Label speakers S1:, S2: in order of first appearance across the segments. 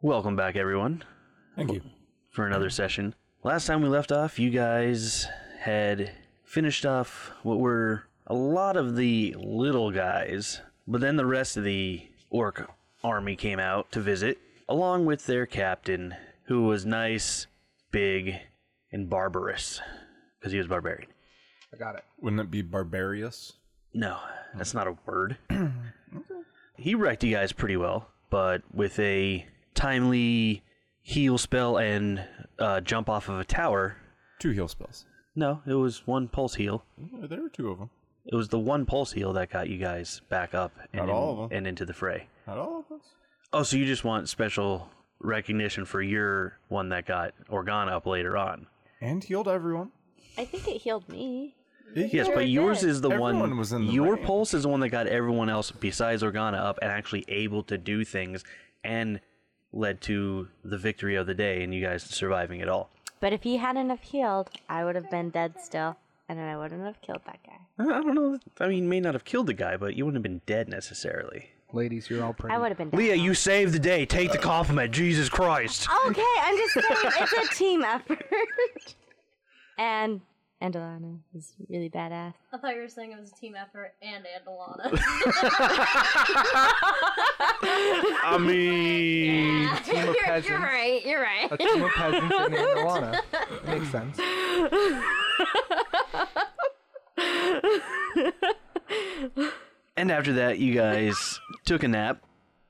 S1: Welcome back, everyone,
S2: Thank you.
S1: for another session. Last time we left off, you guys had finished off what were a lot of the little guys, but then the rest of the orc army came out to visit, along with their captain, who was nice, big, and barbarous, because he was barbarian.
S3: I got it.
S2: Wouldn't it be barbarous?
S1: No,
S2: Hmm.
S1: that's not a word. He wrecked you guys pretty well, but with a timely heal spell and uh, jump off of a tower.
S2: Two heal spells.
S1: No, it was one pulse heal.
S2: Yeah, Mm, There were two of them.
S1: It was the one pulse heal that got you guys back up and,
S2: Not all of 'em.
S1: and into the fray.
S2: Not all of us.
S1: Oh, so you just want special recognition for your one that got Organa up later on.
S2: And healed everyone.
S4: I think it healed me.
S1: Yes,
S4: Sure
S1: but yours
S4: did.
S1: is the one.
S2: Everyone was in the
S1: your
S2: ring.
S1: pulse is the one that got everyone else besides Organa up and actually able to do things and led to the victory of the day and you guys surviving it all.
S4: But if he hadn't have healed, I would have been dead still, and then I wouldn't have killed that guy.
S1: I I don't know. I mean, you may not have killed the guy, but you wouldn't have been dead necessarily.
S3: Ladies, you're all pretty.
S4: I would have been. Dead.
S1: Leah, you saved the day. Take the compliment. Jesus Christ.
S4: Okay, I'm just saying it's a team effort. and and Alana is really badass.
S5: I thought you were saying it was a team effort and Andalana.
S1: I mean,
S3: team of
S5: you're,
S3: peasants.
S5: you're right, you're right.
S3: A team of peasants and Andalana. Makes sense.
S1: And after that, you guys took a nap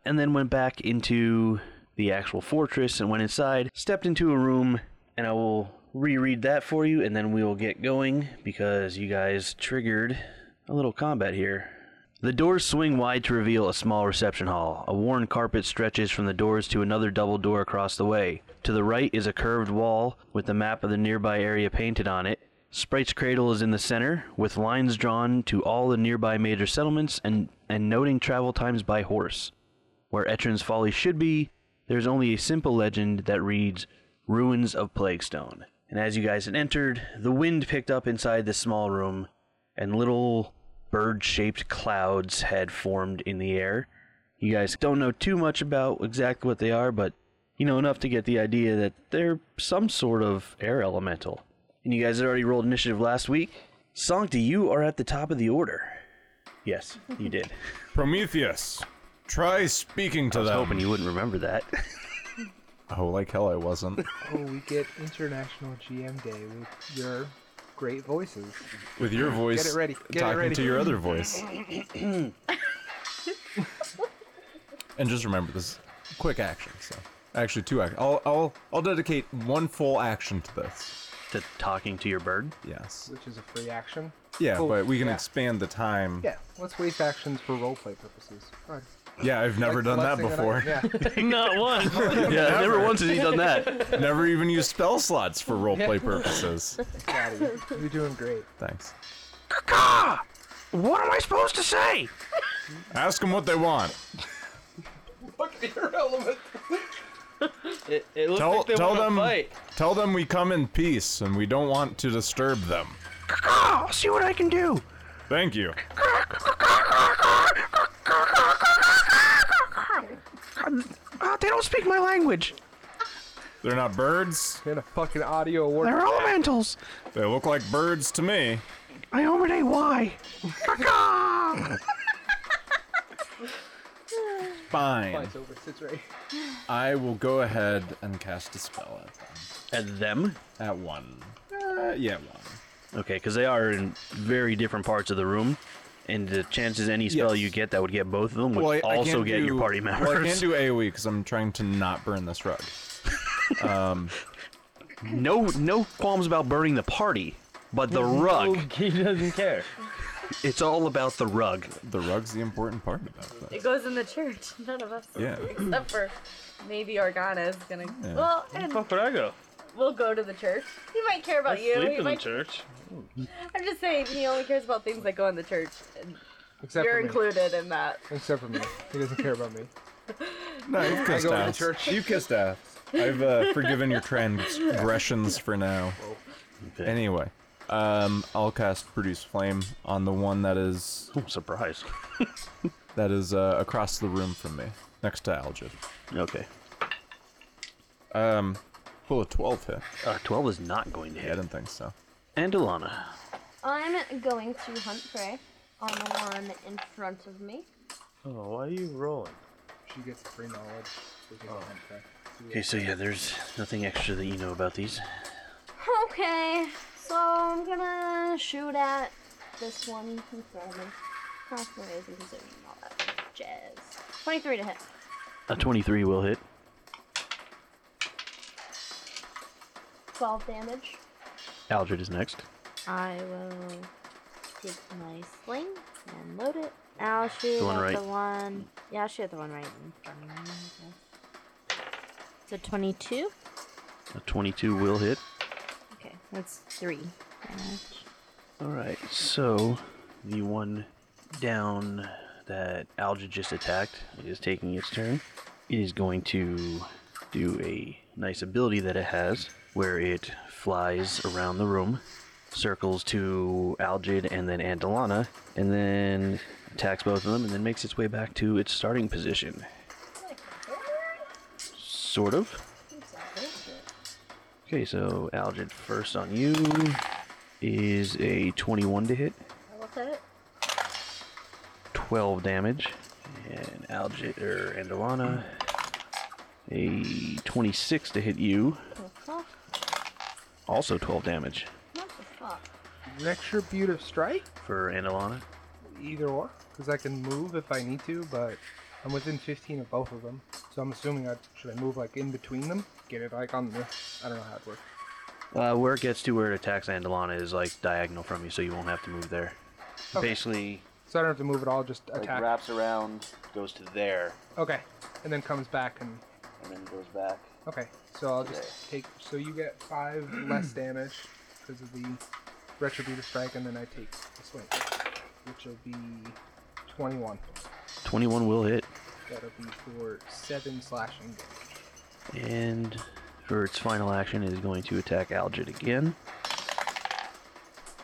S1: and then went back into the actual fortress and went inside, stepped into a room, and I will reread that for you and then we will get going because you guys triggered a little combat here. The doors swing wide to reveal a small reception hall. A worn carpet stretches from the doors to another double door across the way. To the right is a curved wall with the map of the nearby area painted on it. Sprite's Cradle is in the center, with lines drawn to all the nearby major settlements and, and noting travel times by horse. Where Etrin's Folly should be, there's only a simple legend that reads Ruins of Plaguestone. And as you guys had entered, the wind picked up inside this small room, and little bird shaped clouds had formed in the air. You guys don't know too much about exactly what they are, but you know enough to get the idea that they're some sort of air elemental. And you guys had already rolled initiative last week. Sancti, you are at the top of the order. Yes, you did.
S2: Prometheus, try speaking to
S1: I was
S2: them.
S1: hoping you wouldn't remember that.
S2: Oh, like hell, I wasn't.
S3: Oh, we get International GM Day with your great voices.
S2: With your voice,
S3: Get it ready, get it
S2: talking
S3: ready.
S2: to your other voice. and just remember this: quick action. So, actually, two actions. I'll, I'll, I'll dedicate one full action to this.
S1: to talking to your bird.
S2: Yes.
S3: which is a free action.
S2: Yeah,
S3: Cool.
S2: but we can
S3: Yeah.
S2: expand the time.
S3: Yeah, let's waste actions for roleplay purposes. Fine.
S2: Yeah, I've never
S3: Lex-
S2: done that
S3: Lexing it up,
S2: before.
S3: Yeah.
S1: Not once. yeah, never once has he done that.
S2: Never even used spell slots for roleplay purposes.
S3: proud of you. You're doing great.
S2: Thanks.
S1: What am I supposed to say?
S2: Ask them what they want.
S6: It, it looks
S2: Tell,
S6: like they
S2: tell
S6: want to
S2: them.
S6: fight.
S2: Tell them we come in peace and we don't want to disturb them.
S1: I'll see what I can do.
S2: Thank you.
S1: Ah, they don't speak my language.
S2: They're not birds.
S3: You're in a fucking audio award.
S1: They're elementals.
S2: They look like birds to me.
S1: I ominate why.
S2: Fine.
S3: Flies over, sits right.
S2: I will go ahead and cast a spell at them.
S1: And them?
S2: At one. Uh, yeah, one.
S1: Okay, because they are in very different parts of the room, and the chances any spell
S2: Yes.
S1: you get that would get both of them would
S2: Well, I, I
S1: also
S2: can't
S1: get
S2: do,
S1: your party members.
S2: Well, I can't do AOE because I'm trying to not burn this rug.
S1: no, no qualms about burning the party, but the rug.
S6: He doesn't care.
S1: It's all about the rug.
S2: The rug's the important part about that.
S5: It goes in the church. None of us,
S2: Yeah.
S5: except for maybe Organa is gonna.
S2: Yeah.
S5: Well, and
S6: Fuck would I go?
S5: we'll go to the church. He might care about you.
S6: Sleep
S5: He
S6: in the
S5: might-
S6: church.
S5: I'm just saying he only cares about things that go in the church, and
S3: Except
S5: you're
S3: for me.
S5: included in that.
S3: Except for me. He doesn't care about me.
S2: No, you've
S3: I
S2: kissed
S3: go to
S2: ass.
S3: church.
S2: You've kissed ass. I've uh, forgiven your transgressions for now.
S1: Okay.
S2: Anyway, um, I'll cast produce flame on the one that is
S1: Oh, surprise.
S2: that is uh, across the room from me, next to Algid.
S1: Okay.
S2: Um, well, a 12 hit.
S1: Uh, 12 is not going to
S2: Yeah, I
S1: hit.
S2: didn't think so.
S1: And Alana.
S6: I'm going to hunt prey on the one in front of me.
S7: Oh, why are you rolling?
S3: She gets free knowledge. Because
S2: Oh.
S3: of hunt prey.
S1: Okay, so yeah, there's nothing extra that you know about these.
S6: Okay, so I'm gonna shoot at this one in front of me. Crossbows and precision and all that jazz. 23 to hit.
S1: A 23 will hit.
S6: 12 damage.
S1: Algid is next.
S4: I will take my sling and load it. I'll shoot
S1: The one
S4: at
S1: right.
S4: the one. Yeah, I'll shoot at the one right in front of me. I guess. So 22.
S1: A 22 will hit.
S4: Okay, that's three damage.
S1: All right, so the one down that Algid just attacked is taking its turn. It is going to do a nice ability that it has where it flies around the room, circles to Algid and then Andalana, and then attacks both of them and then makes its way back to its starting position. Sort of. Okay, so Algid first on you is a 21 to hit,
S6: I look at it.
S1: 12 damage, and Algid or Andalana a 26 to hit you,
S6: Oh, fuck.
S1: also 12 damage
S6: What the fuck?
S3: Retributive strike?
S1: for Andalana.
S3: Either or. Because I can move if I need to, but I'm within 15 of both of them. So I'm assuming I should I move like in between them? Get it like on the. I don't know how it works.
S1: Uh, where it gets to where it attacks Andalana is like diagonal from you, so you won't have to move there.
S3: Okay.
S1: Basically,
S3: So I don't have to move at all, just
S8: Like
S3: attack.
S8: wraps around
S1: goes to there
S3: okay. And then comes back and.
S8: and then goes back.
S3: Okay. So I'll just take. So you get 5 less damage because of the retributive strike, and then I take the swing, which will be 21.
S1: 21 will hit,
S3: That'll be for 7 slashing damage.
S1: and for its final action is going to attack Algid again.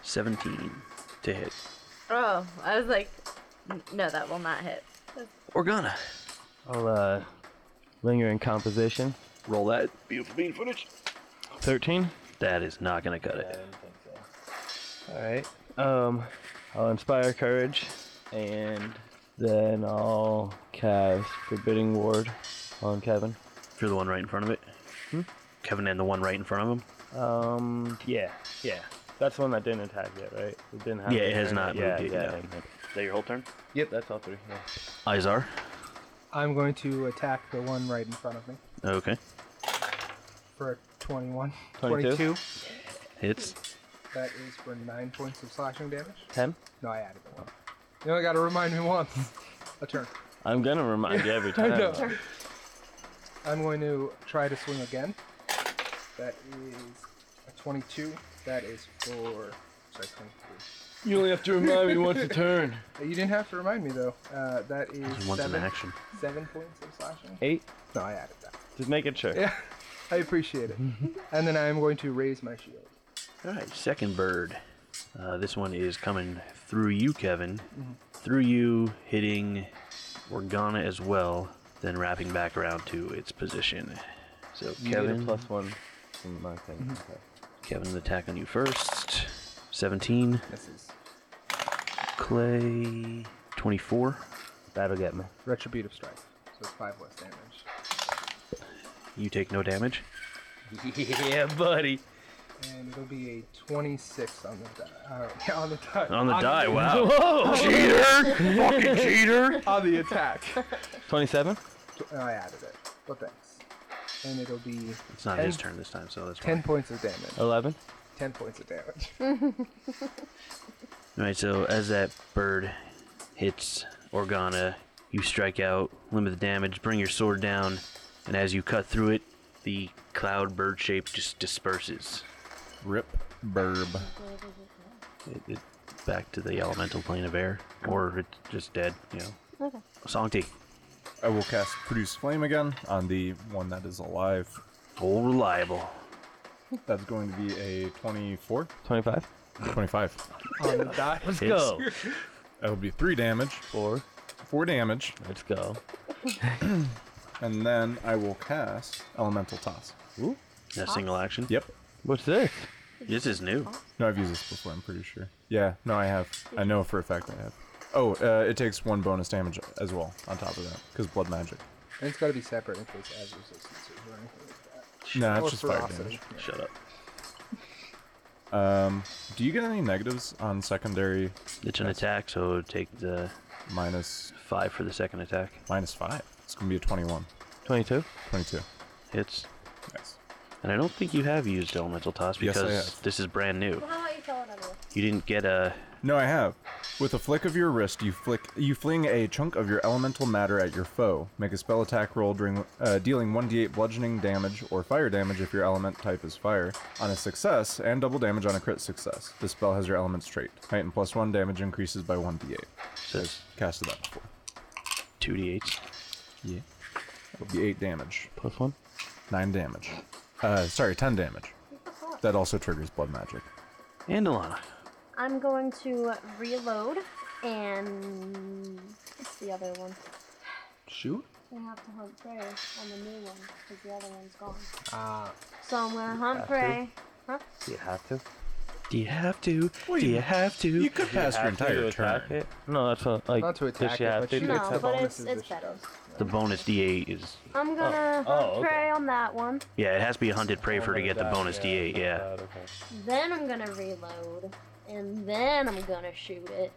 S1: 17 to hit.
S5: Oh, I was like, "N- no, that will not hit.
S1: Organa.
S7: I'll uh, linger in composition.
S1: Roll that. Beautiful bean footage.
S7: 13.
S1: That is not gonna cut it.
S7: All right. Um, I'll inspire courage, and then I'll cast forbidding ward on Kevin.
S1: For the one right in front of it.
S7: Hmm?
S1: Kevin and the one right in front of him.
S7: Um, yeah, yeah. That's the one that didn't attack yet, right? It didn't have.
S1: Yeah,
S7: a
S1: it has
S7: turn
S1: not
S7: yet.
S1: moved
S7: yeah,
S1: yet, no.
S7: yeah. it hasn't.
S1: Is that your whole turn?
S7: Yep, that's all three. Yeah.
S1: Izar.
S3: I'm going to attack the one right in front of me.
S1: Okay.
S3: for a 21.
S7: 22?
S1: Hits.
S3: That is for 9 points of slashing damage.
S7: Ten.
S3: No, I added the one. You only gotta remind me once. A turn.
S7: I'm gonna remind you every
S3: I
S7: time.
S3: know.
S7: though.
S3: I'm going to try to swing again. That is a 22. That is for. Sorry, 23.
S7: You only have to remind me once a turn.
S3: Uh, You didn't have to remind me though. Uh, that is
S1: Once in
S3: seven,
S1: action.
S3: seven points of slashing.
S7: Eight.
S3: No, I added that.
S7: Just making sure.
S3: Yeah, I appreciate it. and then I am going to raise my shield.
S1: Alright, second bird. Uh, this one is coming through you, Kevin.
S7: Mm-hmm.
S1: Through you, hitting Organa as well, then wrapping back around to its position. So
S7: You get a
S1: Kevin Mm-hmm.
S7: plus one. From my thing. Okay.
S1: Kevin attack on you first. Seventeen.
S3: This is
S1: Clay twenty-four.
S7: That'll get me.
S3: retributive strike. So it's 5 less damage.
S1: You take no damage.
S7: Yeah, buddy.
S3: And it'll be a 26 on the die. Uh, on the die.
S1: On the die, wow.
S7: Whoa!
S1: cheater! Fucking cheater!
S3: On the attack.
S7: Twenty-seven.
S3: Tw- I added it. But thanks. And it'll be
S1: It's not his turn this time, so that's
S3: 10
S1: fine.
S3: points of damage.
S7: Eleven.
S3: 10 points of damage.
S1: Alright, so as that bird hits Organa, you strike out, limit the damage, bring your sword down, and as you cut through it, the cloud bird shape just disperses.
S2: Rip burb.
S1: It, it, back to the elemental plane of air, or it's just dead, you know.
S4: Okay.
S1: Songti,
S2: I will cast produce flame again on the one that is alive.
S1: all reliable.
S2: That's going to be a 24,
S7: Twenty-five.
S2: 25.
S3: on the die.
S7: Let's
S1: Hits.
S7: go.
S2: That would be three damage,
S7: Four.
S2: four damage,
S7: Let's go.
S2: and then I will cast elemental toss.
S1: That single action.
S2: Yep.
S7: What's this?
S1: This is new.
S2: No, I've used this before. I'm pretty sure. Yeah. No, I have. I know for a fact I have. Oh, uh, it takes one bonus damage as well on top of that because blood magic.
S3: And it's got to be separate in case it has resistances or anything like that.
S2: No,
S3: or
S2: it's just fire
S3: ferocity.
S2: damage.
S3: Yeah.
S1: Shut up.
S2: Um, do you get any negatives on secondary
S1: It's an attack, so take the
S2: minus
S1: five for the second attack.
S2: minus five? It's gonna be a 21,
S7: 22?
S2: 22.
S1: Hits.
S2: Nice.
S1: And I don't think you have used elemental toss
S2: Yes, I
S1: because
S2: have.
S1: this is brand new.
S6: How about you throw it under?
S1: You didn't get a.
S2: No, I have. With a flick of your wrist, you flick you fling a chunk of your elemental matter at your foe. Make a spell attack roll during uh, dealing 1d8 bludgeoning damage or fire damage if your element type is fire on a success, and double damage on a crit success. This spell has your element trait. Height and plus one damage increases by 1d8.
S1: So it's
S2: Casted that before.
S1: two d8s.
S2: Yeah. It'll be eight damage,
S7: Plus one?
S2: nine damage. Uh, sorry, ten damage. That also triggers blood magic.
S1: And Alana.
S6: I'm going to reload and what's the other one?
S2: Shoot.
S6: I have to hunt prey on the new one because the other one's gone.
S3: Ah,
S6: So I'm gonna hunt
S7: have to?
S6: prey. Huh?
S7: Do you have to?
S1: Do you have to? Do you have to?
S2: You could pass your
S7: Have to
S2: entire
S7: attack
S2: turn.
S7: It? No, that's not like.
S3: Not to
S7: does
S3: attack
S7: she
S3: it,
S7: have
S3: but
S7: to
S3: she-
S7: do
S3: No,
S6: No,
S7: something?
S6: but
S3: bonuses
S6: it's
S3: that
S6: it's
S3: she
S6: better.
S1: The bonus d8 is.
S6: I'm gonna
S7: oh,
S6: hunt
S7: okay.
S6: prey on that one.
S1: Yeah, it has to be a hunted prey for her to
S7: Something
S1: get the
S7: like that,
S1: bonus d8.
S7: something
S1: Yeah.
S7: like that, okay.
S6: Then I'm gonna reload, and then I'm gonna shoot it.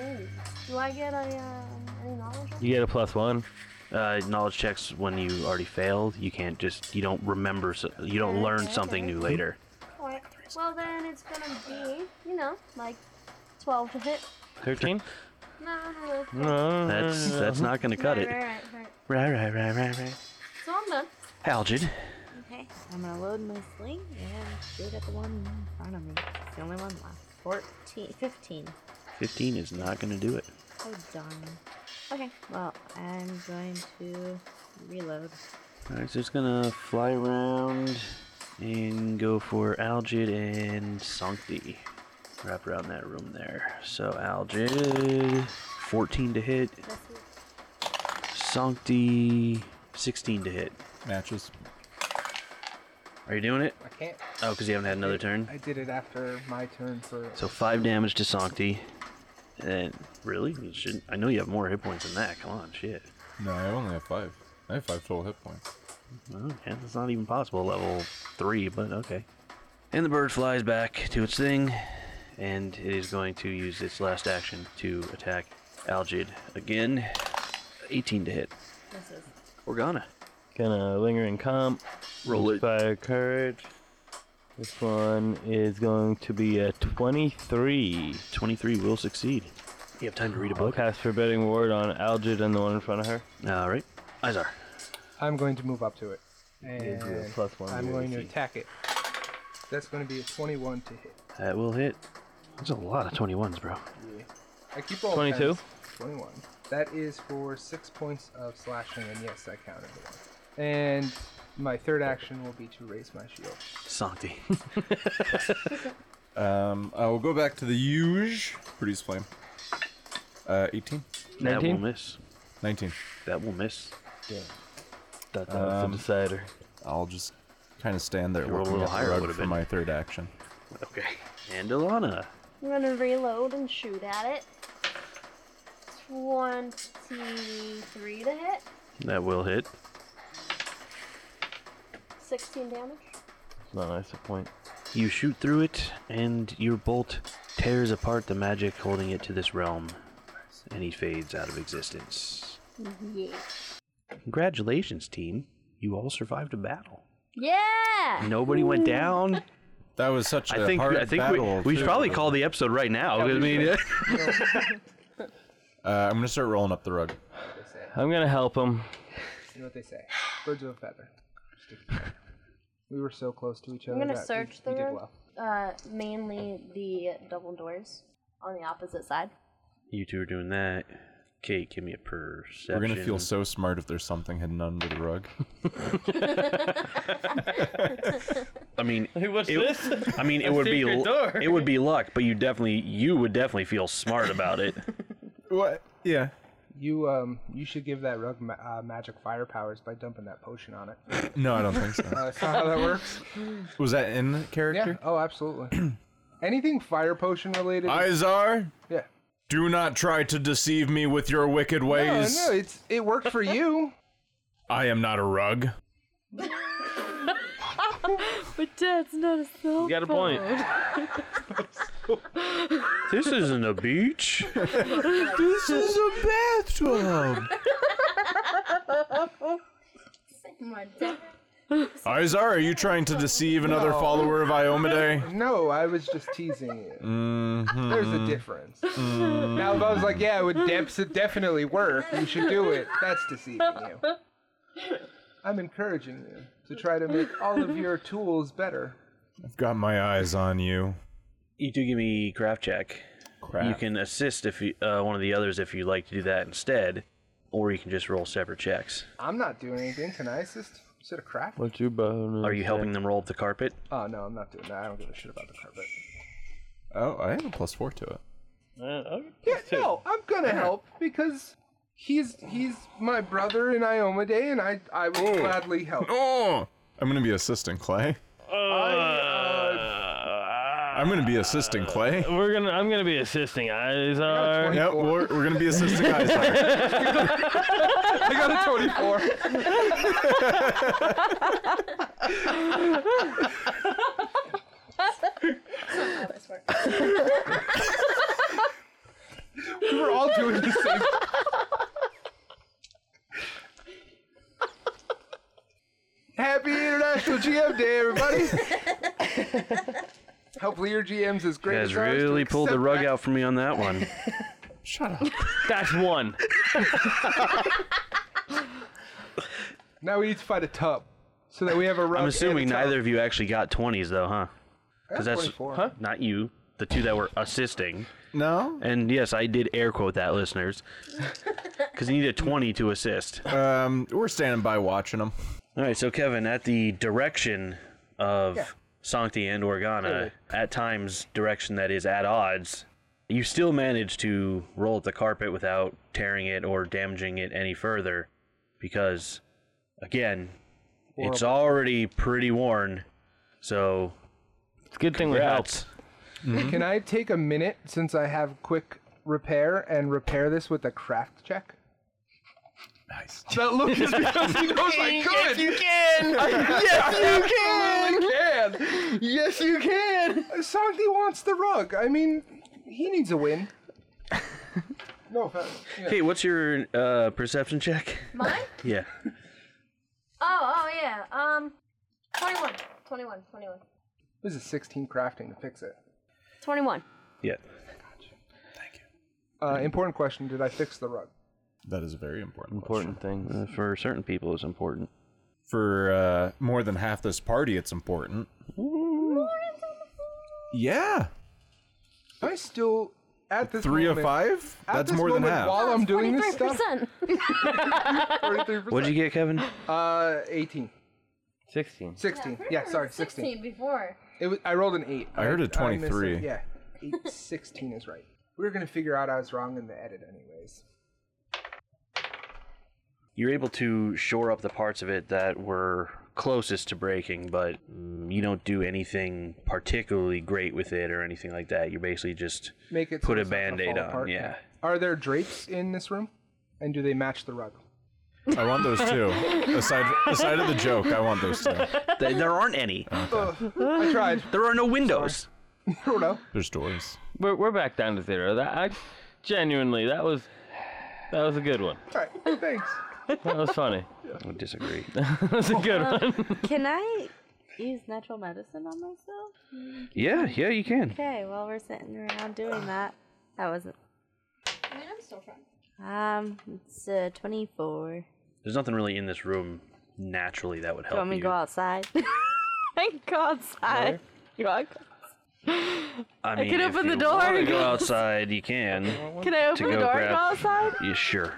S6: Ooh, do I get a um, any knowledge? on-
S7: You get a plus one.
S1: Uh, knowledge checks when you already failed. You can't just. You don't remember. So, you don't learn something new later.
S6: Alright, Well, then it's gonna be, you know, like 12 to hit.
S7: 13?
S6: No, no, no.
S7: No.
S1: That's that's not gonna cut
S6: right,
S1: it.
S6: Right, right, right.
S1: Right, right, right, right, right.
S6: So I'm done.
S1: Algid.
S4: Okay, I'm gonna load my sling and shoot at the one in front of me. It's the only one left. 14, 15.
S1: 15 is not gonna do it.
S4: Oh darn. Okay, well, I'm going to reload.
S1: Alright, so it's gonna fly around and go for Algid and Sancti. Wrap around that room there. So Algid, 14 to hit. Sancti, 16 to hit.
S2: Matches.
S1: Are you doing it?
S3: I can't.
S1: Oh, because you haven't had another
S3: I
S1: turn.
S3: did it after my turn for.
S1: So 5 damage to Sancti. And really? You shouldn't, I know you have more hit points than that. Come on, shit.
S2: No, I only have five. I have five total hit points.
S1: Well, yeah, that's not even possible, level three, but okay. And the bird flies back to its thing, and it is going to use its last action to attack Algid again. 18 to hit. Organa.
S7: Gonna linger and comp.
S1: Roll it.
S7: Fire courage. This one is going to be a 23.
S1: 23 will succeed. You have time to read a
S7: I'll
S1: book.
S7: cast Forbidding Ward on Algid and the one in front of her.
S1: All right. Izar.
S3: I'm going to move up to it. And
S7: gives you a plus one
S3: I'm
S7: to
S3: going to
S7: AC.
S3: attack it. That's going to be a 21 to hit.
S1: That will hit. That's a lot of 21s, bro.
S3: I keep all
S7: 22?
S3: 21. That is for six points of slashing, and yes, I counted the one. And my third action will be to raise my shield.
S1: Sancti.
S2: Um, I will go back to the huge. Pretty's flame. Uh, 18?
S1: that will
S7: 19?
S1: miss.
S2: 19.
S1: That will miss.
S7: That's not
S2: Um,
S7: the decider.
S2: I'll just kind of stand there
S1: You rolled a
S2: looking
S1: little
S2: at the
S1: higher,
S2: road
S1: would've
S2: for
S1: been.
S2: my third action.
S1: Okay. And Alana.
S6: I'm gonna reload and shoot at it. 23 to hit.
S1: That will hit.
S6: 16 damage.
S7: It's not nice to point.
S1: You shoot through it, and your bolt tears apart the magic holding it to this realm, and he fades out of existence.
S6: Yeah.
S1: Congratulations, team. You all survived a battle.
S6: Yeah!
S1: Nobody went down.
S2: That was such a
S1: I think
S2: hard
S1: I think we,
S2: battle.
S1: we should
S2: too.
S1: probably call the episode right now. I mean,
S2: Uh, I'm gonna start rolling up the rug.
S7: I'm gonna help him.
S3: You know what they say? Birds of a feather. Stick together. We were so close to each other.
S6: I'm gonna
S3: that we-
S6: search
S3: we
S6: the
S3: did
S6: room.
S3: well.
S6: Uh, mainly the double doors on the opposite side.
S1: you two are doing that. Kate, give me a perception.
S2: We're gonna feel so smart if there's something hidden under the rug.
S1: I mean,
S7: what's
S1: it- I mean, it would be
S7: secret
S1: l-
S7: door.
S1: it would be luck, but you definitely you would definitely feel smart about it.
S2: what? Yeah.
S3: You um you should give that rug ma- uh, magic fire powers by dumping that potion on it.
S2: No, I don't think so.
S3: Uh, that's not how that works.
S2: Was that in
S3: Yeah.
S2: character?
S3: Oh, absolutely. Anything fire potion related?
S2: Izar,
S3: yeah.
S2: do not try to deceive me with your wicked
S3: Oh, No,
S2: ways.
S3: no, it's it worked for you.
S2: I am not a rug.
S4: But that's not a cell
S7: You got a point.
S1: This isn't a beach.
S2: This is a bathtub. Izar, are you trying to deceive another follower of Iomade?
S3: No, I was just teasing you.
S2: Mm-hmm.
S3: There's a difference. Now, if I was like, yeah, it would def- definitely work, you should do it, that's deceiving you. I'm encouraging you to try to make all of your tools better.
S2: I've got my eyes on you.
S1: You do give me craft check. You
S2: Crap.
S1: can assist if you, uh, one of the others if you like to do that instead, or you can just roll separate checks.
S3: I'm not doing anything. Can I assist? Is it a crap?
S7: What's your bonus?
S1: Are you helping them roll up the carpet?
S3: Oh, no, I'm not doing that. I don't give a shit about the carpet.
S2: Oh, I have a plus four to it.
S3: Yeah, no, I'm gonna help because he's he's my brother in Iomade, and I I will gladly help.
S2: Oh, I'm gonna be assisting Clay. I'm gonna be assisting Clay.
S3: Uh,
S7: We're gonna. I'm gonna be assisting Uh, Izar.
S2: Yep, we're, we're gonna be assisting Izar.
S3: I got a 24. we were all doing the same. Happy International GM Day, everybody! Hopefully, your GM's as
S1: You
S3: great
S1: guys
S3: as ours to
S1: really pulled the
S3: accept
S1: rug
S3: that.
S1: out from me on that one.
S2: Shut up.
S7: That's one.
S3: Now we need to find a tub so that we have a rug.
S1: I'm
S3: and
S1: assuming
S3: a tub.
S1: neither of you actually got 20s though, huh?
S3: That's
S1: that's-
S3: 24.
S1: Not you, the two that were assisting.
S2: No.
S1: And yes, I did air quote that, listeners, because you need a 20 to assist.
S2: Um, we're standing by watching them.
S1: All right, so Kevin, at the direction of
S3: Yeah.
S1: Sancti and Organa, at times direction that is at odds, you still manage to roll up the carpet without tearing it or damaging it any further, because, again, it's already pretty worn. So
S7: It's a good thing we helped.
S1: that's
S3: Can I take a minute since I have quick repair and repair this with a craft check?
S2: Nice.
S3: That look is because he knows I could. Yes, you can. yes, you can. can. Yes, you can. Sogdi wants the rug. I mean, he needs a win. no offense. Yeah.
S1: Hey, what's your uh, perception check?
S6: Mine?
S1: Yeah.
S6: Oh, oh yeah. Um, 21. 21, 21.
S3: This is 16 crafting to fix it.
S4: 21.
S1: Yeah.
S3: Uh, important question: Did I fix the rug?
S2: That is a very important. question.
S7: Important things.
S1: Uh, for certain people, it's important.
S2: For uh, more than half this party, it's important. Yeah.
S3: Am I still at this
S2: Three of
S3: moment,
S2: five?
S3: At
S2: That's
S3: this
S2: more than
S3: moment
S2: half.
S3: While Oh, I'm doing this stuff,
S6: 23%.
S3: 33%.
S1: What'd you get, Kevin?
S3: Uh, 18.
S7: Sixteen.
S3: 16. Yeah, sorry, 16.
S6: before.
S3: It was, I rolled an 8.
S2: I heard a
S3: missed it.
S2: 23.
S3: Yeah, eight, 16 is right. We were going to figure out I was wrong in the edit anyways.
S1: You're able to shore up the parts of it that were closest to breaking, but mm, you don't do anything particularly great with it or anything like that. You basically just
S3: Make it so
S1: put a
S3: it's not gonna
S1: band aid
S3: fall
S1: on.
S3: apart.
S1: Yeah.
S3: Are there drapes in this room? And do they match the rug?
S2: I want those two. aside, aside of the joke, I want those two.
S1: Th- there aren't any.
S3: I tried.
S1: There are no windows.
S3: I don't know.
S2: There's doors.
S7: We're, we're back down to zero. That I, genuinely, that was that was a good one.
S3: All right, thanks.
S7: That was funny.
S1: I disagree.
S7: that was a good one.
S4: Can I use natural medicine on myself?
S1: yeah, yeah, you can.
S4: Okay, while we're sitting around doing that. That wasn't.
S6: I mean, I'm still trying.
S4: Um, it's uh, 24. Do
S1: There's nothing really in this room naturally that would help
S4: you want me to go outside? I can go outside. You want-
S1: I, mean,
S4: can
S1: if
S4: open
S1: you
S4: the door
S1: wanna
S4: and
S1: go
S4: go-
S1: outside, you can.
S4: Can I
S1: To
S4: open the
S1: go
S4: door
S1: grab-
S4: and go outside?
S1: Yeah, sure.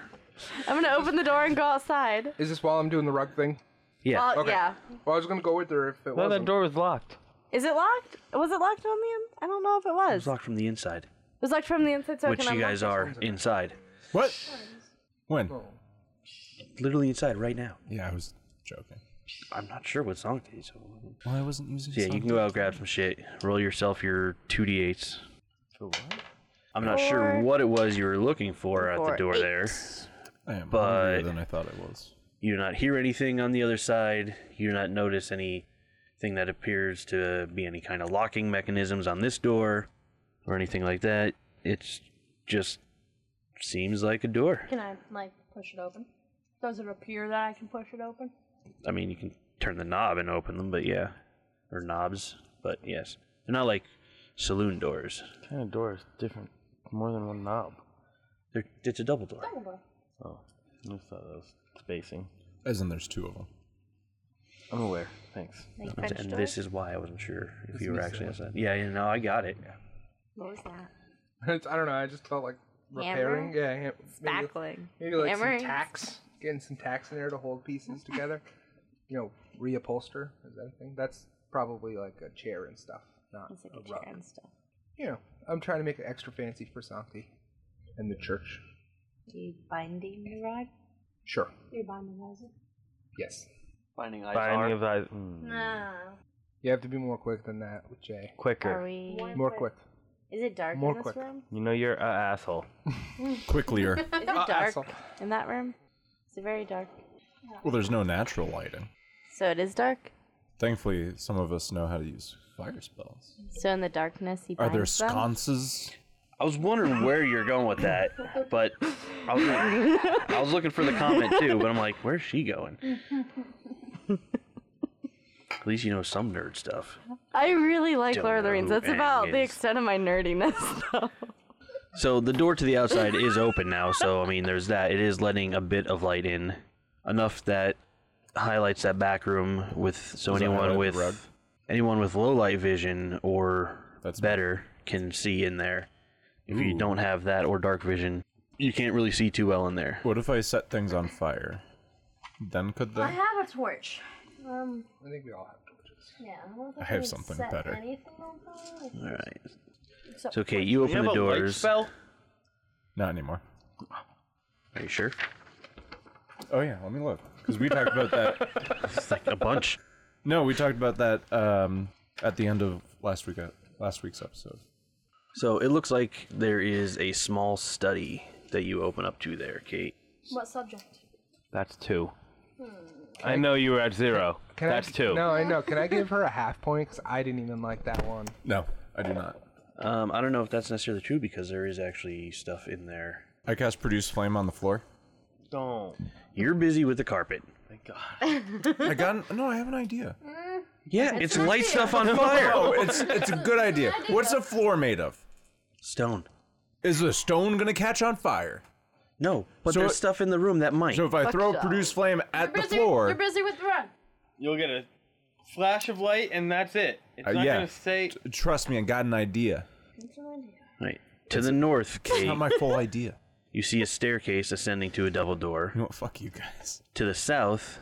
S4: I'm gonna open the door and go outside.
S3: Is this while I'm doing the rug thing?
S1: Yeah.
S4: Well, Uh, yeah.
S3: Well, I was going to go with her if it
S7: Well,
S3: wasn't.
S7: that door was locked.
S4: Is it locked? Was it locked on the? In- I don't know if it was.
S1: It's locked from the inside,
S4: It was locked from the inside, so I
S1: which
S4: can
S1: you
S4: unlock
S1: guys
S4: it.
S1: are inside.
S2: What? When?
S1: Literally inside right now.
S2: Yeah, I was joking.
S1: I'm not sure what song it is.
S2: Well, I wasn't using.
S1: Yeah, you can go out grab some shit. Roll yourself your two d8s. I'm not sure
S4: Four.
S1: what it was you were looking for at the
S4: Four,
S1: door
S4: eight.
S1: there.
S2: I am
S1: But-
S2: hungrier than I thought I was.
S1: You do not hear anything on the other side. You do not notice anything that appears to be any kind of locking mechanisms on this door or anything like that. It's just seems like a door.
S6: Can I like push it open? Does it appear that I can push it open?
S1: I mean, you can turn the knob and open them, but yeah, or knobs, but yes, they're not like saloon doors.
S7: What kind of door is different? More than one knob.
S1: They're, it's a double door.
S7: Oh, I just thought that was spacing.
S2: As in, there's two of them.
S7: I'm aware. Thanks.
S6: Like
S1: And,
S6: French door?
S1: this is why I wasn't sure if you were actually outside. Yeah, yeah, no, I got it.
S4: What was that?
S3: It's, I don't know. I just felt like repairing. Yeah, yeah, maybe,
S4: Spackling.
S3: maybe like some
S4: Hammering.
S3: tacks, getting some tacks in there to hold pieces together. You know, reupholster is that a thing? That's probably like a chair and stuff, not
S4: It's like
S3: a,
S4: a
S3: rug.
S4: chair and stuff.
S3: You know, I'm trying to make it extra fancy for Santi and the church.
S4: Do you binding the rod?
S3: Sure.
S6: You're binding those.
S3: Yes.
S8: Finding eyes
S7: Binding
S8: are.
S7: of eyes. mm,
S6: Nah.
S3: You have to be more quick than that with Jay.
S4: Are
S7: quicker.
S4: we?
S3: More quick.
S4: Is it dark
S3: More
S4: in this
S3: quick.
S4: room?
S7: You know you're a asshole.
S2: Quicklier.
S4: Is it
S3: Ah,
S4: dark
S3: asshole.
S4: in that room? Is it very dark?
S2: well, there's no natural lighting.
S4: So it is dark.
S2: Thankfully, some of us know how to use fire spells.
S4: So in the darkness, he
S2: Are
S4: binds
S2: there
S4: them?
S2: sconces?
S1: I was wondering where you're going with that, but I was, like- I was looking for the comment too, but I'm like, where's she going? At least you know some nerd stuff.
S4: I really like
S1: Don't
S4: Lord of the
S1: know
S4: Rings.
S1: who
S4: That's about
S1: Aang
S4: the
S1: is.
S4: extent of my nerdiness. though.
S1: So the door to the outside is open now, so I mean, there's that. It is letting a bit of light in, enough that highlights that back room with so
S2: Does it highlight
S1: anyone
S2: the
S1: with
S2: rug?
S1: anyone with low light vision or
S2: That's-
S1: better can see in there. If you don't have that or dark vision, you can't really see too well in there.
S2: What if I set things on fire? Then could
S6: I
S2: they?
S6: have a torch. Um,
S3: I think we all have torches.
S6: yeah. I, don't think
S2: I have
S6: can
S2: something
S6: set
S2: better.
S6: Anything on fire.
S1: All right.
S6: Except
S1: So okay, you open the doors.
S2: Not anymore.
S1: Are you sure?
S2: Oh yeah, let me look. Because we talked about that.
S1: It's like a bunch.
S2: No, we talked about that um, at the end of last week. uh, Last week's episode.
S1: So it looks like there is a small study that you open up to there, Kate.
S6: What subject?
S7: That's two. Hmm. I know you were at zero.
S3: Can
S7: That's
S3: I,
S7: two.
S3: No, I know. Can I give her a half point? Because I didn't even like that one.
S2: No, I do not.
S1: Um, I don't know if that's necessarily true because there is actually stuff in there.
S2: I cast produce flame on the floor.
S7: Don't.
S1: You're busy with the carpet.
S7: Thank God.
S2: I got an, no. I have an idea.
S7: Oh.
S1: Yeah, it's light stuff on fire.
S2: Oh, it's it's a good idea. What's a floor made of?
S1: Stone.
S2: Is the stone gonna catch on fire?
S1: No, but
S2: So
S1: there's
S2: it-
S1: stuff in the room that might.
S2: So if I throw a produce flame at the floor,
S6: busy with the run.
S9: You'll get a flash of light, and that's it. It's
S2: Uh,
S9: not
S2: yeah.
S9: gonna say.
S2: trust me, I got an idea.
S1: Right. To the north,
S2: It's
S1: Kate,
S2: not my full idea.
S1: you see a staircase ascending to a double door.
S2: You know what? Fuck you guys.
S1: To the south,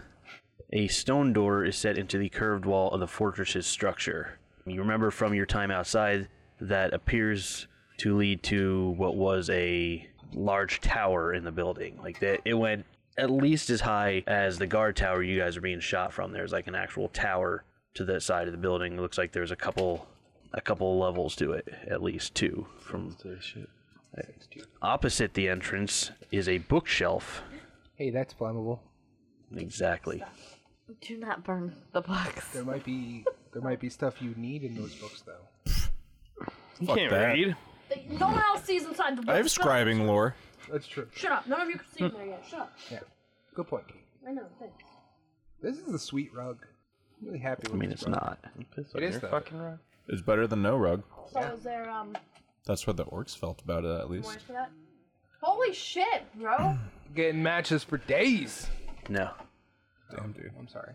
S1: a stone door is set into the curved wall of the fortress's structure. You remember from your time outside that appears to lead to what was a large tower in the building. Like that, it went at least as high as the guard tower you guys are being shot from. There's like an actual tower to that side of the building. It looks like there's a couple, a couple levels to it, at least two. From opposite the entrance is a bookshelf.
S3: Hey, that's flammable.
S1: Exactly.
S4: Do not burn the books.
S3: There might be there might be stuff you need in those books though.
S7: You
S2: Fuck
S7: can't
S2: that.
S7: read.
S6: No one else sees inside the book.
S2: I have scribing lore.
S3: That's true.
S6: Shut up. None of you can see in there yet. Shut up.
S3: Yeah. Good point, Kate.
S6: I know. Thanks.
S3: This is a sweet rug. I'm really happy with
S1: I mean,
S3: this
S1: it's
S3: rug.
S1: not.
S3: It is though.
S7: Fucking right.
S2: It's better than no rug.
S6: So is there um
S2: That's what the orcs felt about it, at
S6: more
S2: least.
S6: to that? Holy shit, bro!
S3: Getting matches for days.
S1: No.
S2: Damn, dude.
S3: I'm sorry.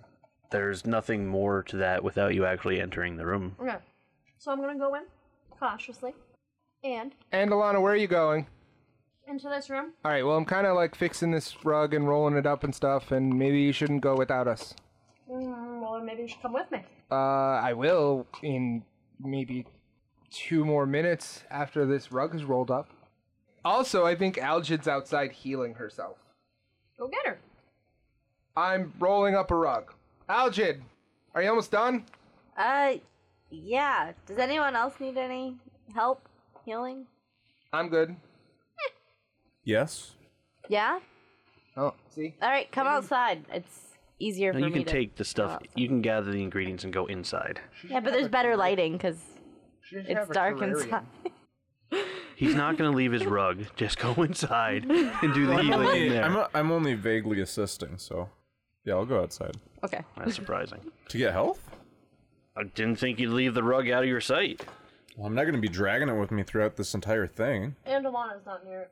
S1: There's nothing more to that without you actually entering the room.
S6: okay. So I'm gonna go in cautiously and
S3: And Alana, where are you going?
S6: into this room.
S3: All right. Well, I'm kind of like fixing this rug and rolling it up and stuff, and maybe you shouldn't go without us.
S6: Mm, well, maybe you should come with me.
S3: Uh, I will in maybe two more minutes after this rug is rolled up. Also, I think Algid's outside healing herself.
S5: Go get her.
S3: I'm rolling up a rug. Algid, are you almost done?
S4: Uh, yeah. Does anyone else need any help healing?
S3: I'm good.
S2: Yes.
S4: Yeah.
S3: Oh, see?
S4: All right, come outside. It's easier
S1: No,
S4: for
S1: you
S4: me
S1: can
S4: to
S1: take the stuff. You can gather the ingredients and go inside.
S4: Yeah, but there's better lighting because
S3: She should
S4: it's
S3: have a
S4: dark
S3: terrarium.
S4: inside.
S1: He's not going to leave his rug. Just go inside and do the
S2: I'm
S1: healing in
S2: only,
S1: there.
S2: I'm, i I'm only vaguely assisting, so yeah, I'll go outside
S4: Okay.
S1: That's surprising.
S2: to get health.
S1: I didn't think you'd leave the rug out of your sight.
S2: Well, I'm not going to be dragging it with me throughout this entire thing.
S6: And Alana's not near it.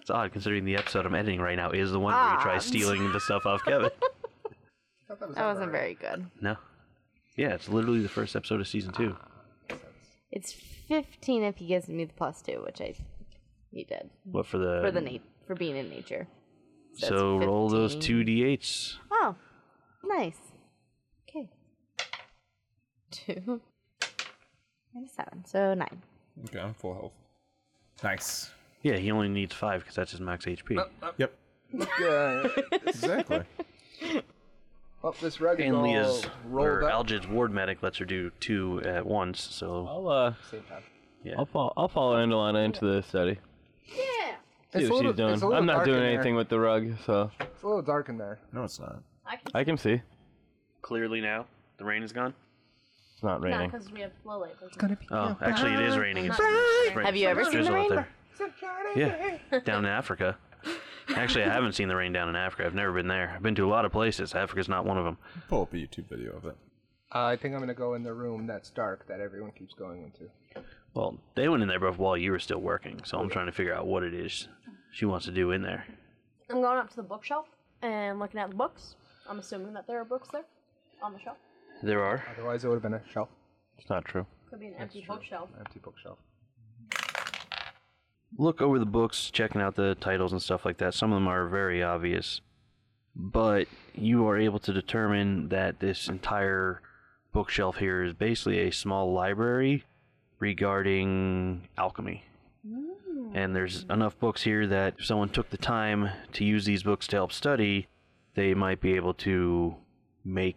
S1: It's odd considering the episode I'm editing right now is the one where you
S4: Ah.
S1: try stealing the stuff off Kevin.
S5: That wasn't very good.
S1: No. Yeah, it's literally the first episode of season two.
S4: It's 15 if he gives me the plus two, which I he did
S1: What for the
S4: for the na- for being in nature. that's
S1: So roll those
S4: 15.
S1: two d8s.
S4: Oh, nice. Okay. Two and a seven, so nine.
S2: Okay, I'm full health. Nice.
S1: Yeah, he only needs five because that's his max
S3: Oh,
S1: HP.
S2: Yep.
S3: Yeah, yeah.
S2: Exactly.
S3: Well, this rug is
S1: and
S3: all
S1: Leah's or
S3: rolled up.
S1: Algid's ward medic lets her do two at once. So
S4: Oh.
S7: I'll uh,
S3: Same time.
S7: I'll follow, I'll follow Andalana into the study. See
S3: It's a
S7: what
S3: little-
S7: she's doing.
S3: it's a little
S7: I'm not
S3: dark
S7: doing
S3: in there.
S7: anything with the rug, so
S3: It's a little dark in there.
S2: no, it's not.
S7: I can see. It's
S1: clearly now the rain is gone.
S7: not
S6: Not
S7: raining.
S6: because we have flow light. It's
S1: Oh, actually, it is raining. It's, it's rain-
S4: Have you
S1: it's
S4: ever seen the
S1: drizzle out
S4: rain?
S1: there. Yeah, down in Africa. Actually, I haven't seen the rain down in Africa. I've never been there. I've been to a lot of places. Africa's not one of them.
S2: Pull up a YouTube video of it.
S3: Uh, I think I'm gonna go in the room that's dark that everyone keeps going into.
S1: Well, they went in there both while you were still working, so I'm trying to figure out what it is she wants to do in there.
S6: I'm going up to the bookshelf and looking at the books. I'm assuming that there are books there on the shelf.
S1: There are.
S3: Otherwise, it would have been a shelf,
S7: It's not true.
S6: Could be an empty bookshelf.
S3: empty bookshelf.
S1: look over the books, checking out the titles and stuff like that. Some of them are very obvious, but you are able to determine that this entire bookshelf here is basically a small library regarding alchemy. And there's enough books here that if someone took the time to use these books to help study, they might be able to make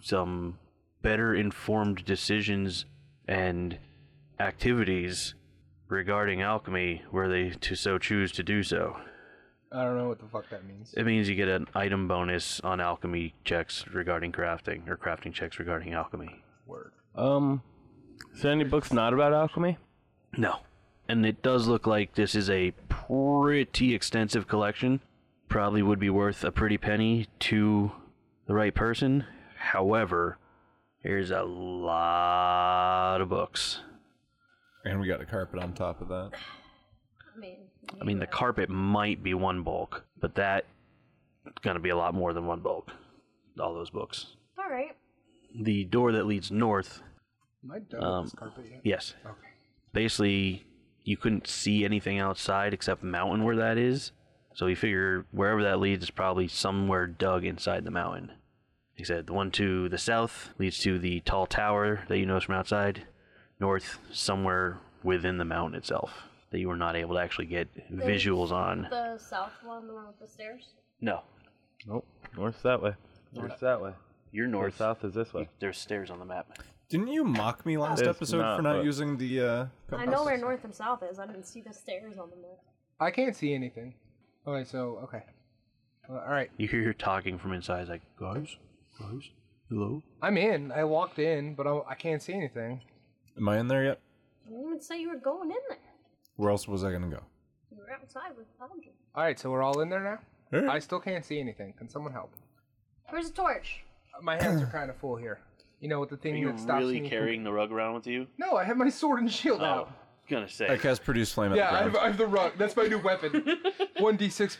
S1: some better informed decisions and activities regarding alchemy were they to so choose to do so.
S3: I don't know what the fuck that means.
S1: It means you get an item bonus on alchemy checks regarding crafting or crafting checks regarding alchemy.
S3: Word.
S7: Um, is there any books not about alchemy?
S1: No. And it does look like this is a pretty extensive collection. Probably would be worth a pretty penny to the right person. However, here's a lot of books.
S2: And we got a carpet on top of that.
S6: I mean,
S1: I mean, the carpet might be one bulk, but that's going to be a lot more than one bulk. All those books.
S6: all right.
S1: the door that leads north.
S3: Am I done
S1: Um,
S3: with this carpet yet?
S1: Yes. Basically, you couldn't see anything outside except mountain where that is. So you figure wherever that leads is probably somewhere dug inside the mountain. He said the one to the south leads to the tall tower that you notice from outside. North, somewhere within the mountain itself that you were not able to actually get visuals on.
S6: The south one, the one with the stairs.
S1: No,
S7: Nope. North's that way. North's that way.
S1: you're north.
S7: North. South is this way.
S1: There's stairs on the map.
S2: Didn't you mock me last
S7: It's
S2: episode
S7: not,
S2: for not
S7: but-
S2: using the uh,
S6: I
S2: compass?
S6: know where north and south is. I didn't see the stairs on the map.
S3: I can't see anything. Okay, so okay. Uh, all right,
S1: You hear her talking from inside, like, guys, guys, hello.
S3: I'm in. I walked in, but I'm, I can't see anything.
S2: Am I in there yet?
S6: You didn't even say you were going in there.
S2: Where else was I going to go?
S6: You were outside with Algin.
S3: All right, so we're all in there now.
S2: Hey.
S3: I still can't see anything. Can someone help?
S6: Where's the torch?
S3: Uh, My hands are kind of full here. You know, with the thing that stops me. from-
S1: the rug around with you?
S3: No, I have my sword and shield out.
S1: gonna say.
S2: I cast produce flame at
S3: Yeah, uh, I
S2: the
S3: have,
S2: ground.
S3: I have the rug. That's my new weapon. One d six.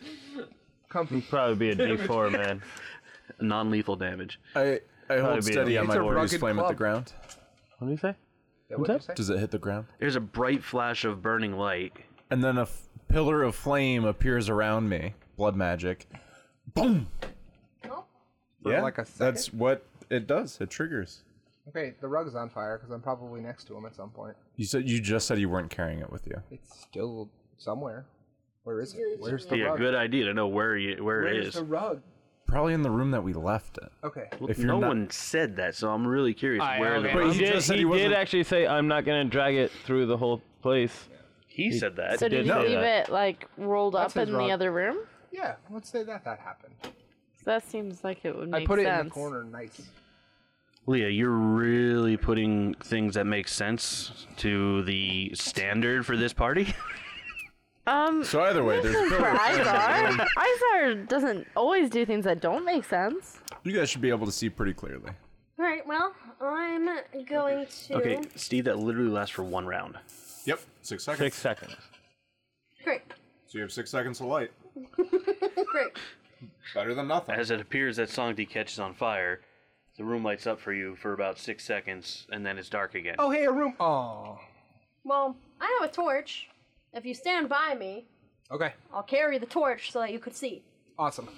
S3: Comfy.
S7: Probably be a D4, man.
S1: Non-lethal damage.
S2: I, I hold
S7: That'd be
S2: steady
S7: a-
S2: on my
S3: It's a
S2: produce
S3: rugged
S2: flame at the
S3: club.
S2: ground.
S7: What do you say?
S3: Yeah, what'd you say?
S2: Does it hit the ground?
S1: There's a bright flash of burning light.
S2: And then a f- pillar of flame appears around me. Blood magic. Boom!
S6: No.
S3: For like a second?
S2: that's what it does. It triggers.
S3: Okay, the rug's on fire because I'm probably next to him at some point.
S2: You said you just said you weren't carrying it with you.
S3: It's still somewhere. Where is it? Where's the
S1: Be a
S3: rug?
S1: good idea to know where you, where it
S3: Where's
S1: is.
S3: the rug?
S2: Probably in the room that we left it.
S3: Okay.
S2: If you're
S1: no
S2: not-
S1: one said that, so I'm really curious
S9: Aye,
S1: where
S9: okay.
S1: the.
S9: Wait,
S2: He
S7: He did,
S2: just said
S7: he
S2: he wasn't-
S7: did actually say, "I'm not gonna drag it through the whole place."
S1: He said that.
S10: So did
S7: did
S10: you
S7: say
S10: leave
S7: that.
S10: it like rolled
S3: That's
S10: up
S3: his
S10: in
S3: rug.
S10: the other room?
S3: Yeah, let's say that that happened.
S10: 'Cause That seems like it would make
S3: I put it
S10: sense.
S3: in the corner. Nice.
S1: Leah, you're really putting things that make sense to the standard for this party.
S10: Um,
S2: So either way, there's a pillar.
S10: Izar. Izar doesn't always do things that don't make sense.
S2: You guys should be able to see pretty clearly.
S6: Alright, well, I'm going to.
S1: okay, Steve, that literally lasts for one round.
S2: Yep, six seconds.
S7: Six seconds.
S6: Great.
S2: So you have six seconds of light.
S6: Great.
S2: Better than nothing.
S1: As it appears that Songdi catches on fire, the room lights up for you for about six seconds, and then it's dark again.
S3: Oh, hey, a room. Oh.
S6: Well, I have a torch. If you stand by me,
S3: Okay.
S6: I'll carry the torch so that you could see.
S3: Awesome.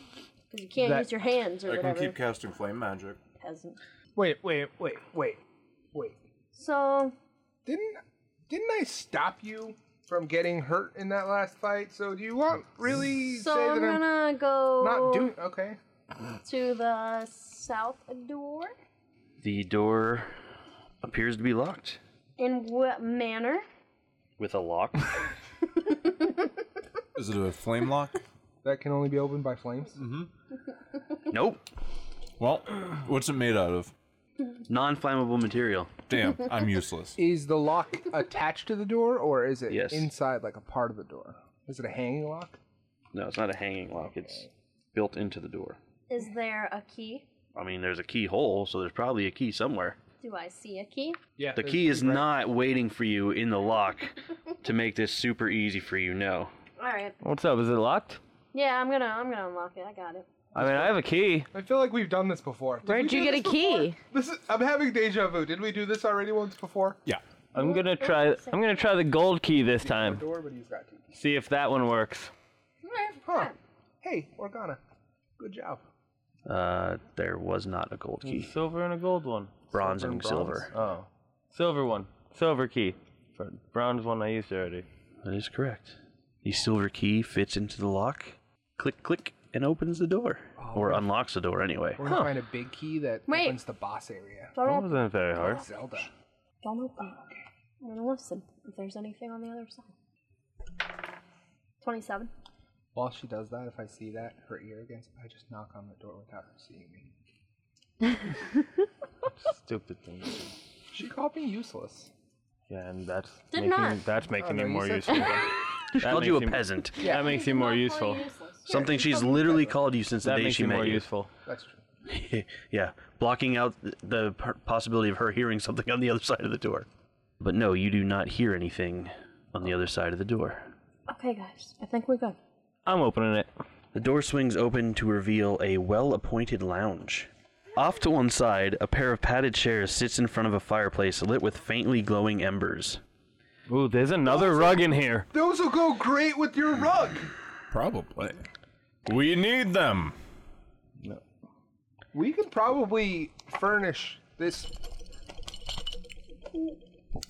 S6: Because you can't
S3: That-
S6: use your hands or
S2: I can
S6: whatever.
S2: keep casting flame magic.
S6: Peasant.
S3: Wait, wait, wait, wait, wait.
S6: So,
S3: Didn't didn't I stop you from getting hurt in that last fight? So do you want really
S6: so
S3: say
S6: I'm
S3: that I'm
S6: gonna go
S3: not doing okay?
S6: to the south door.
S1: The door appears to be locked.
S6: In what manner?
S1: With a lock?
S2: Is it a flame lock?
S3: That can only be opened by flames.
S1: Mm-hmm. nope.
S2: well, what's it made out of?
S1: Non flammable material.
S2: Damn, I'm useless.
S3: Is the lock attached to the door, or is it
S1: Yes.
S3: inside like a part of the door? Is it a hanging lock?
S1: No, it's not a hanging lock, it's built into the door.
S6: Is there a key?
S1: I mean, there's a keyhole, so there's probably a key somewhere.
S6: Do I see a key?
S3: Yeah.
S1: The key is not waiting for you in the lock to make this super easy for you, no.
S6: All right.
S7: What's up? Is it locked?
S6: Yeah, I'm gonna I'm gonna unlock it. I got it.
S7: I mean, I have a key.
S3: I feel like we've done this before. Did we
S10: Where'd you
S3: do
S10: get a
S3: this
S10: key?
S3: before? This is, I'm having deja vu. Did we do this already once before?
S2: Yeah.
S7: I'm gonna try. I'm gonna try the gold key this time.
S3: Door, but he's got two keys.
S7: See if that one works.
S3: Huh. Hey, Organa. Good job.
S1: Uh, there was not a gold key.
S7: Silver and a gold one.
S1: Bronze and silver.
S7: Oh, silver one. Silver key. For bronze one I used already.
S1: That is correct. The silver key fits into the lock, click, click, and opens the door. or unlocks the door, anyway.
S3: We're gonna find a big key that
S6: Wait.
S3: opens the boss area.
S6: Don't
S7: That
S6: open.
S7: wasn't very hard.
S3: Zelda.
S6: Don't open. it. I'm gonna listen if there's anything on the other side. Twenty-seven.
S3: While she does that, if I see that, her ear against I just knock on the door without her seeing me.
S7: Stupid thing. to do.
S3: She called me useless.
S7: Yeah, and that's
S6: Did
S7: making
S6: not.
S7: that's making
S3: Oh, no,
S7: me
S3: you
S7: more
S3: said-
S7: useful. that
S1: She called you a
S7: makes him-
S1: peasant.
S7: makes you more useful.
S1: Something she's literally called you since the
S7: That
S1: day
S7: makes
S1: she
S7: you more
S1: met you.
S7: useful.
S3: That's true.
S1: yeah, blocking out th- the p- possibility of her hearing something on the other side of the door. But no, you do not hear anything on the other side of the door.
S6: Okay, guys, I think we're good.
S7: I'm opening it.
S1: The door swings open to reveal a well appointed lounge. Off to one side, a pair of padded chairs sits in front of a fireplace lit with faintly glowing embers.
S7: Ooh, there's another rug in here.
S3: Those will go great with your rug.
S2: Probably. We need them.
S3: We could probably furnish this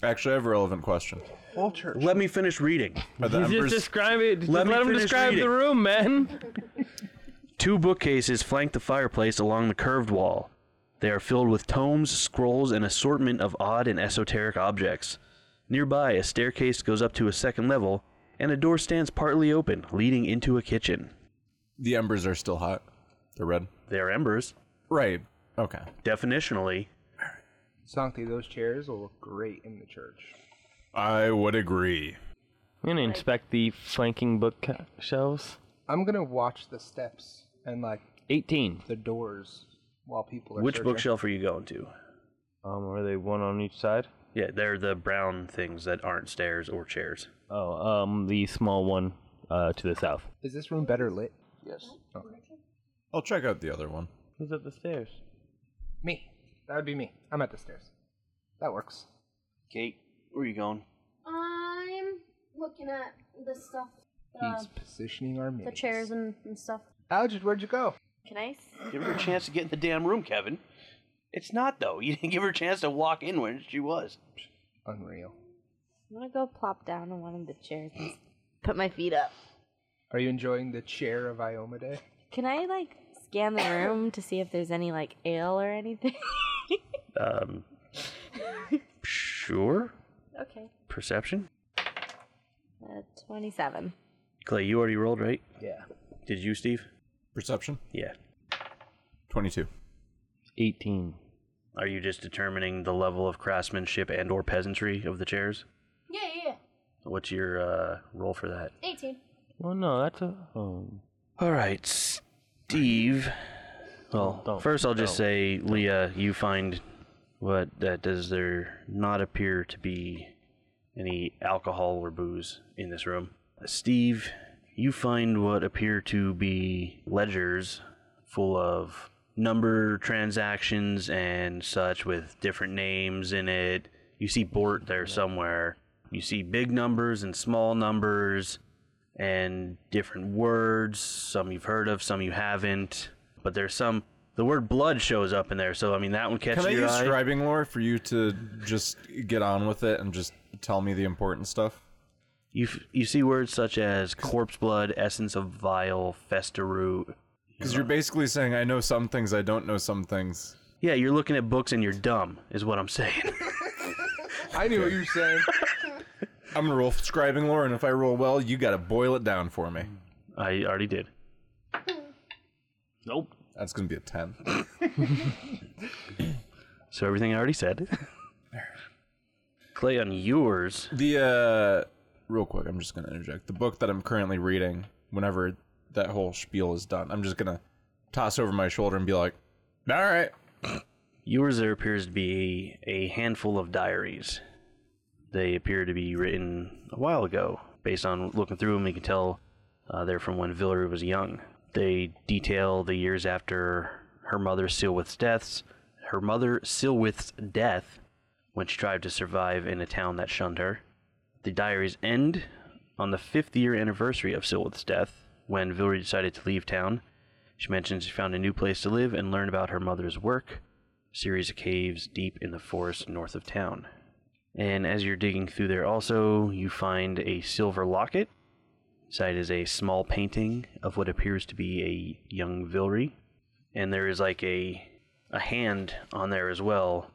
S2: Actually, I have a relevant question.
S3: whole church.
S1: Let me finish reading.
S2: Are the
S7: He's
S2: embers,
S7: just describing. Just
S1: Let
S7: let,
S1: me
S7: him
S1: finish
S7: describe
S1: reading.
S7: the room, man.
S1: Two bookcases flank the fireplace along the curved wall. They are filled with tomes, scrolls, and assortment of odd and esoteric objects. Nearby, a staircase goes up to a second level, and a door stands partly open, leading into a kitchen.
S2: the embers are still hot. They're red.
S1: They are embers,
S2: Right. Okay.
S1: definitionally.
S3: Sankti, those chairs will look great in the church.
S2: I would agree.
S7: I'm gonna inspect the flanking book shelves.
S3: I'm gonna watch the steps and like
S7: 18.
S3: the doors while people are.
S1: Which
S3: searching.
S1: bookshelf are you going to?
S7: Um, are they one on each side?
S1: Yeah, they're the brown things that aren't stairs or chairs.
S7: Oh, um, the small one uh, to the south.
S3: Is this room better lit?
S8: Yes.
S2: I'll check out the other one.
S7: Who's at the stairs?
S3: Me. That would be me. I'm at the stairs. That works.
S1: Kate, where are you going?
S6: I'm looking at the stuff,
S3: He's positioning our minis.
S6: the chairs and, and stuff.
S3: Algid, where'd you go?
S4: Can I?
S1: Give her a chance to get in the damn room, Kevin. It's not though. You didn't give her a chance to walk in when she was.
S3: Unreal.
S4: I'm gonna go plop down on one of the chairs and put my feet up.
S3: Are you enjoying the chair of Ioma Day?
S4: Can I like scan the room to see if there's any like ale or anything?
S1: Um, sure.
S4: okay.
S1: Perception.
S4: Uh, Twenty-seven.
S1: Clay, you already rolled, right?
S4: Yeah.
S1: Did you, Steve?
S2: Perception.
S1: Yeah.
S2: 22.
S7: 18.
S1: Are you just determining the level of craftsmanship and or peasantry of the chairs?
S6: Yeah, yeah,
S1: What's your uh, roll for that?
S6: yeah. 18.
S7: Well, no, that's a. Oh.
S1: All right, Steve. Well,
S7: Don't-
S1: first I'll just
S7: don't.
S1: say, Leah, you find what that does there not appear to be any alcohol or booze in this room. Steve, you find what appear to be ledgers full of number transactions and such with different names in it. You see Bort there somewhere. You see big numbers and small numbers and different words. Some you've heard of, some you haven't. But there's some. The word blood shows up in there, so I mean that one catches
S2: Can I
S1: your
S2: use
S1: eye.
S2: scribing lore for you to just get on with it and just tell me the important stuff?
S1: You f- you see words such as corpse blood, essence of vile, festa root.
S2: Because you're basically saying I know some things, I don't know some things.
S1: Yeah, you're looking at books and you're dumb, is what I'm saying.
S3: I knew what you were saying.
S2: I'm gonna roll scribing lore, and if I roll well, you gotta boil it down for me.
S1: I already did.
S7: Nope.
S2: That's gonna be a ten.
S1: So everything I already said. Clay on yours.
S2: The uh, real quick, I'm just gonna interject. The book that I'm currently reading, whenever that whole spiel is done, I'm just gonna toss over my shoulder and be like, "All right."
S1: Yours there appears to be a handful of diaries. They appear to be written a while ago. Based on looking through them, you can tell uh, they're from when Villery was young. They detail the years after her mother Silwith's deaths, her mother Silwith's death, when she tried to survive in a town that shunned her. The diaries end on the fifth year anniversary of Silwith's death, when Villery decided to leave town. She mentions she found a new place to live and learn about her mother's work, series of caves deep in the forest north of town. And as you're digging through there, also, you find a silver locket. Inside is a small painting of what appears to be a young Vilry. And there is like a, a hand on there as well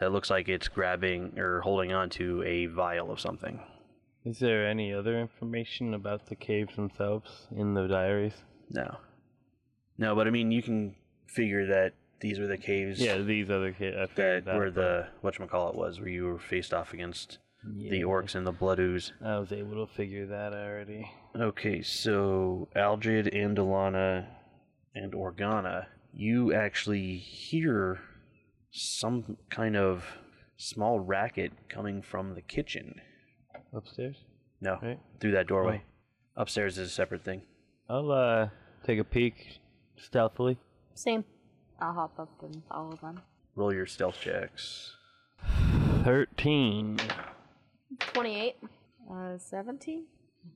S1: that looks like it's grabbing or holding onto a vial of something.
S7: Is there any other information about the caves themselves in the diaries?
S1: No. No, but I mean, you can figure that these were the caves
S7: Yeah, these other caves.
S1: that, were the, whatchamacallit was, where you were faced off against the orcs and the blood ooze.
S7: I was able to figure that already.
S1: Okay, so Algid and Alana and Organa, you actually hear some kind of small racket coming from the kitchen.
S7: Upstairs?
S1: No,
S7: Right.
S1: through that doorway. Upstairs is a separate thing.
S7: I'll uh, take a peek stealthily.
S4: Same. I'll hop up and follow them.
S1: Roll your stealth checks.
S7: 13.
S6: 28.
S4: Uh, seventeen.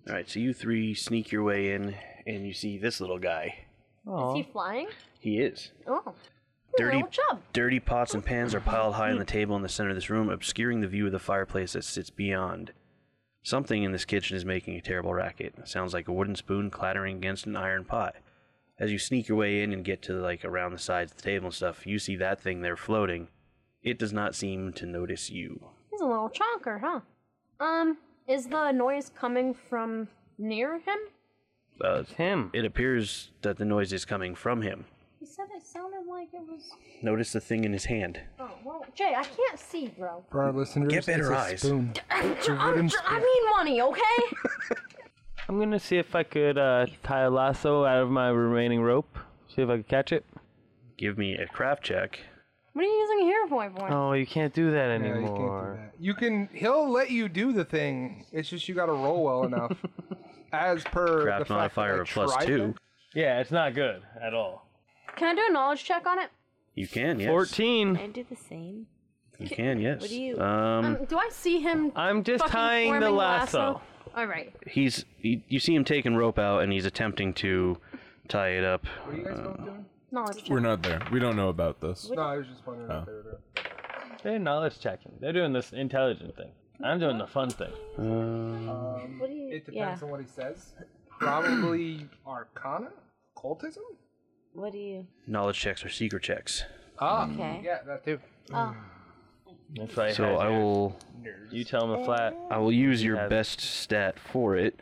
S1: All right, so you three sneak your way in, and you see this little guy.
S6: Is he flying?
S1: He is.
S6: Oh.
S1: Dirty,
S6: Little chub.
S1: dirty pots and pans are piled high on the table in the center of this room, obscuring the view of the fireplace that sits beyond. Something in this kitchen is making a terrible racket. It sounds like a wooden spoon clattering against an iron pot. As you sneak your way in and get to like around the sides of the table and stuff, you see that thing there floating. It does not seem to notice you.
S6: He's a little chonker, huh? Um, is the noise coming from near him?
S1: Uh,
S7: It's him.
S1: it appears that the noise is coming from him.
S6: He said it sounded like it was.
S1: Notice the thing in his hand.
S6: Oh, well, Jay, I can't see, bro.
S3: For our listeners,
S1: Get better
S3: it's a
S1: eyes.
S3: spoon.
S6: I,
S3: wooden
S6: I mean money, okay?
S7: I'm gonna see if I could uh, tie a lasso out of my remaining rope. See if I could catch it.
S1: Give me a craft check.
S6: what are you using here for, boy?
S7: Oh, you can't do that
S3: No, you can't
S7: anymore.
S3: do that. You can. He'll let you do the thing. It's just you got to roll well enough. As per the
S1: Craft
S3: fact that
S1: modifier
S3: I
S1: of plus
S3: tried
S1: two.
S3: it.
S7: Yeah, it's not good at all.
S6: Can I do a knowledge check on it?
S1: You can, yes.
S7: 14.
S4: Can I do the same?
S1: You can, yes.
S4: What do you-
S1: Um,
S6: Um, do I see him?
S7: I'm just
S6: fucking
S7: tying the
S6: forming
S7: lasso.
S6: All right.
S1: he's you, you see him taking rope out and he's attempting to tie it up.
S3: What are you guys both doing?
S6: Knowledge check.
S2: We're not there. We don't know about this.
S3: No, I was just wondering
S7: Oh.
S3: if they were doing.
S7: They're knowledge checking. They're doing this intelligent thing. I'm doing the fun thing.
S3: Um, it depends
S4: yeah.
S3: on what he says. Probably Arcana? Cultism?
S4: What do you?
S1: Knowledge checks or secret checks.
S3: Ah,
S4: Okay.
S3: yeah, that too.
S4: Oh.
S7: That's why.
S1: So I will
S7: You tell him the flat.
S1: I will use your
S7: Yeah.
S1: best stat for it.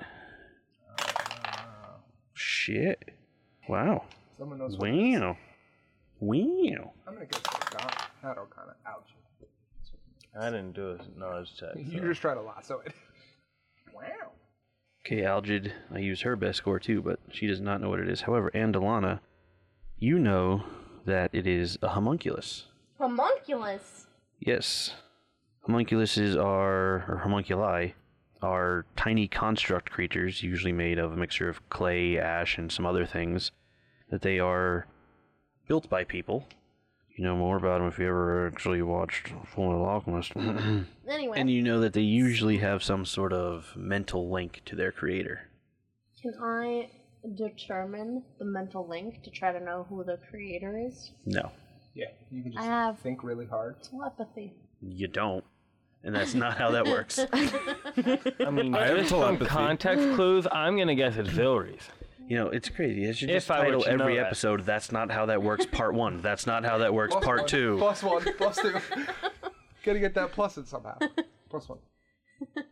S1: Shit. Wow.
S3: Someone knows what it is.
S1: Wow. Wow.
S3: I'm gonna go for Arcana, not Arcana. Ouch.
S7: I didn't do a knowledge check.
S3: You
S7: so-
S3: just try to lasso it. Wow.
S1: Okay, Algid, I use her best score too, but she does not know what it is. However, Andalana, you know that it is a homunculus.
S6: Homunculus.
S1: Yes. Homunculuses are, or homunculi, are tiny construct creatures, usually made of a mixture of clay, ash, and some other things, that they are built by people. You know more about them if you ever actually watched Full Metal Alchemist.
S6: Anyway,
S1: and you know that they usually have some sort of mental link to their creator.
S6: can I determine the mental link to try to know who the creator is?
S1: No,
S3: Yeah, you can just
S6: I have
S3: think really hard.
S6: telepathy.
S1: you don't. And that's not how that works.
S7: I mean,
S2: I have
S7: just from
S2: telepathy.
S7: context clues, I'm gonna guess it's Vilry's.
S1: You know, it's crazy. It should
S7: If
S1: just
S7: I were
S1: title
S7: to know
S1: every
S7: that.
S1: episode, That's Not How That Works, Part 1. That's Not How That Works,
S3: Plus
S1: Part
S3: one,
S1: 2.
S3: Plus one, plus two. Gotta get that plus in somehow. Plus one.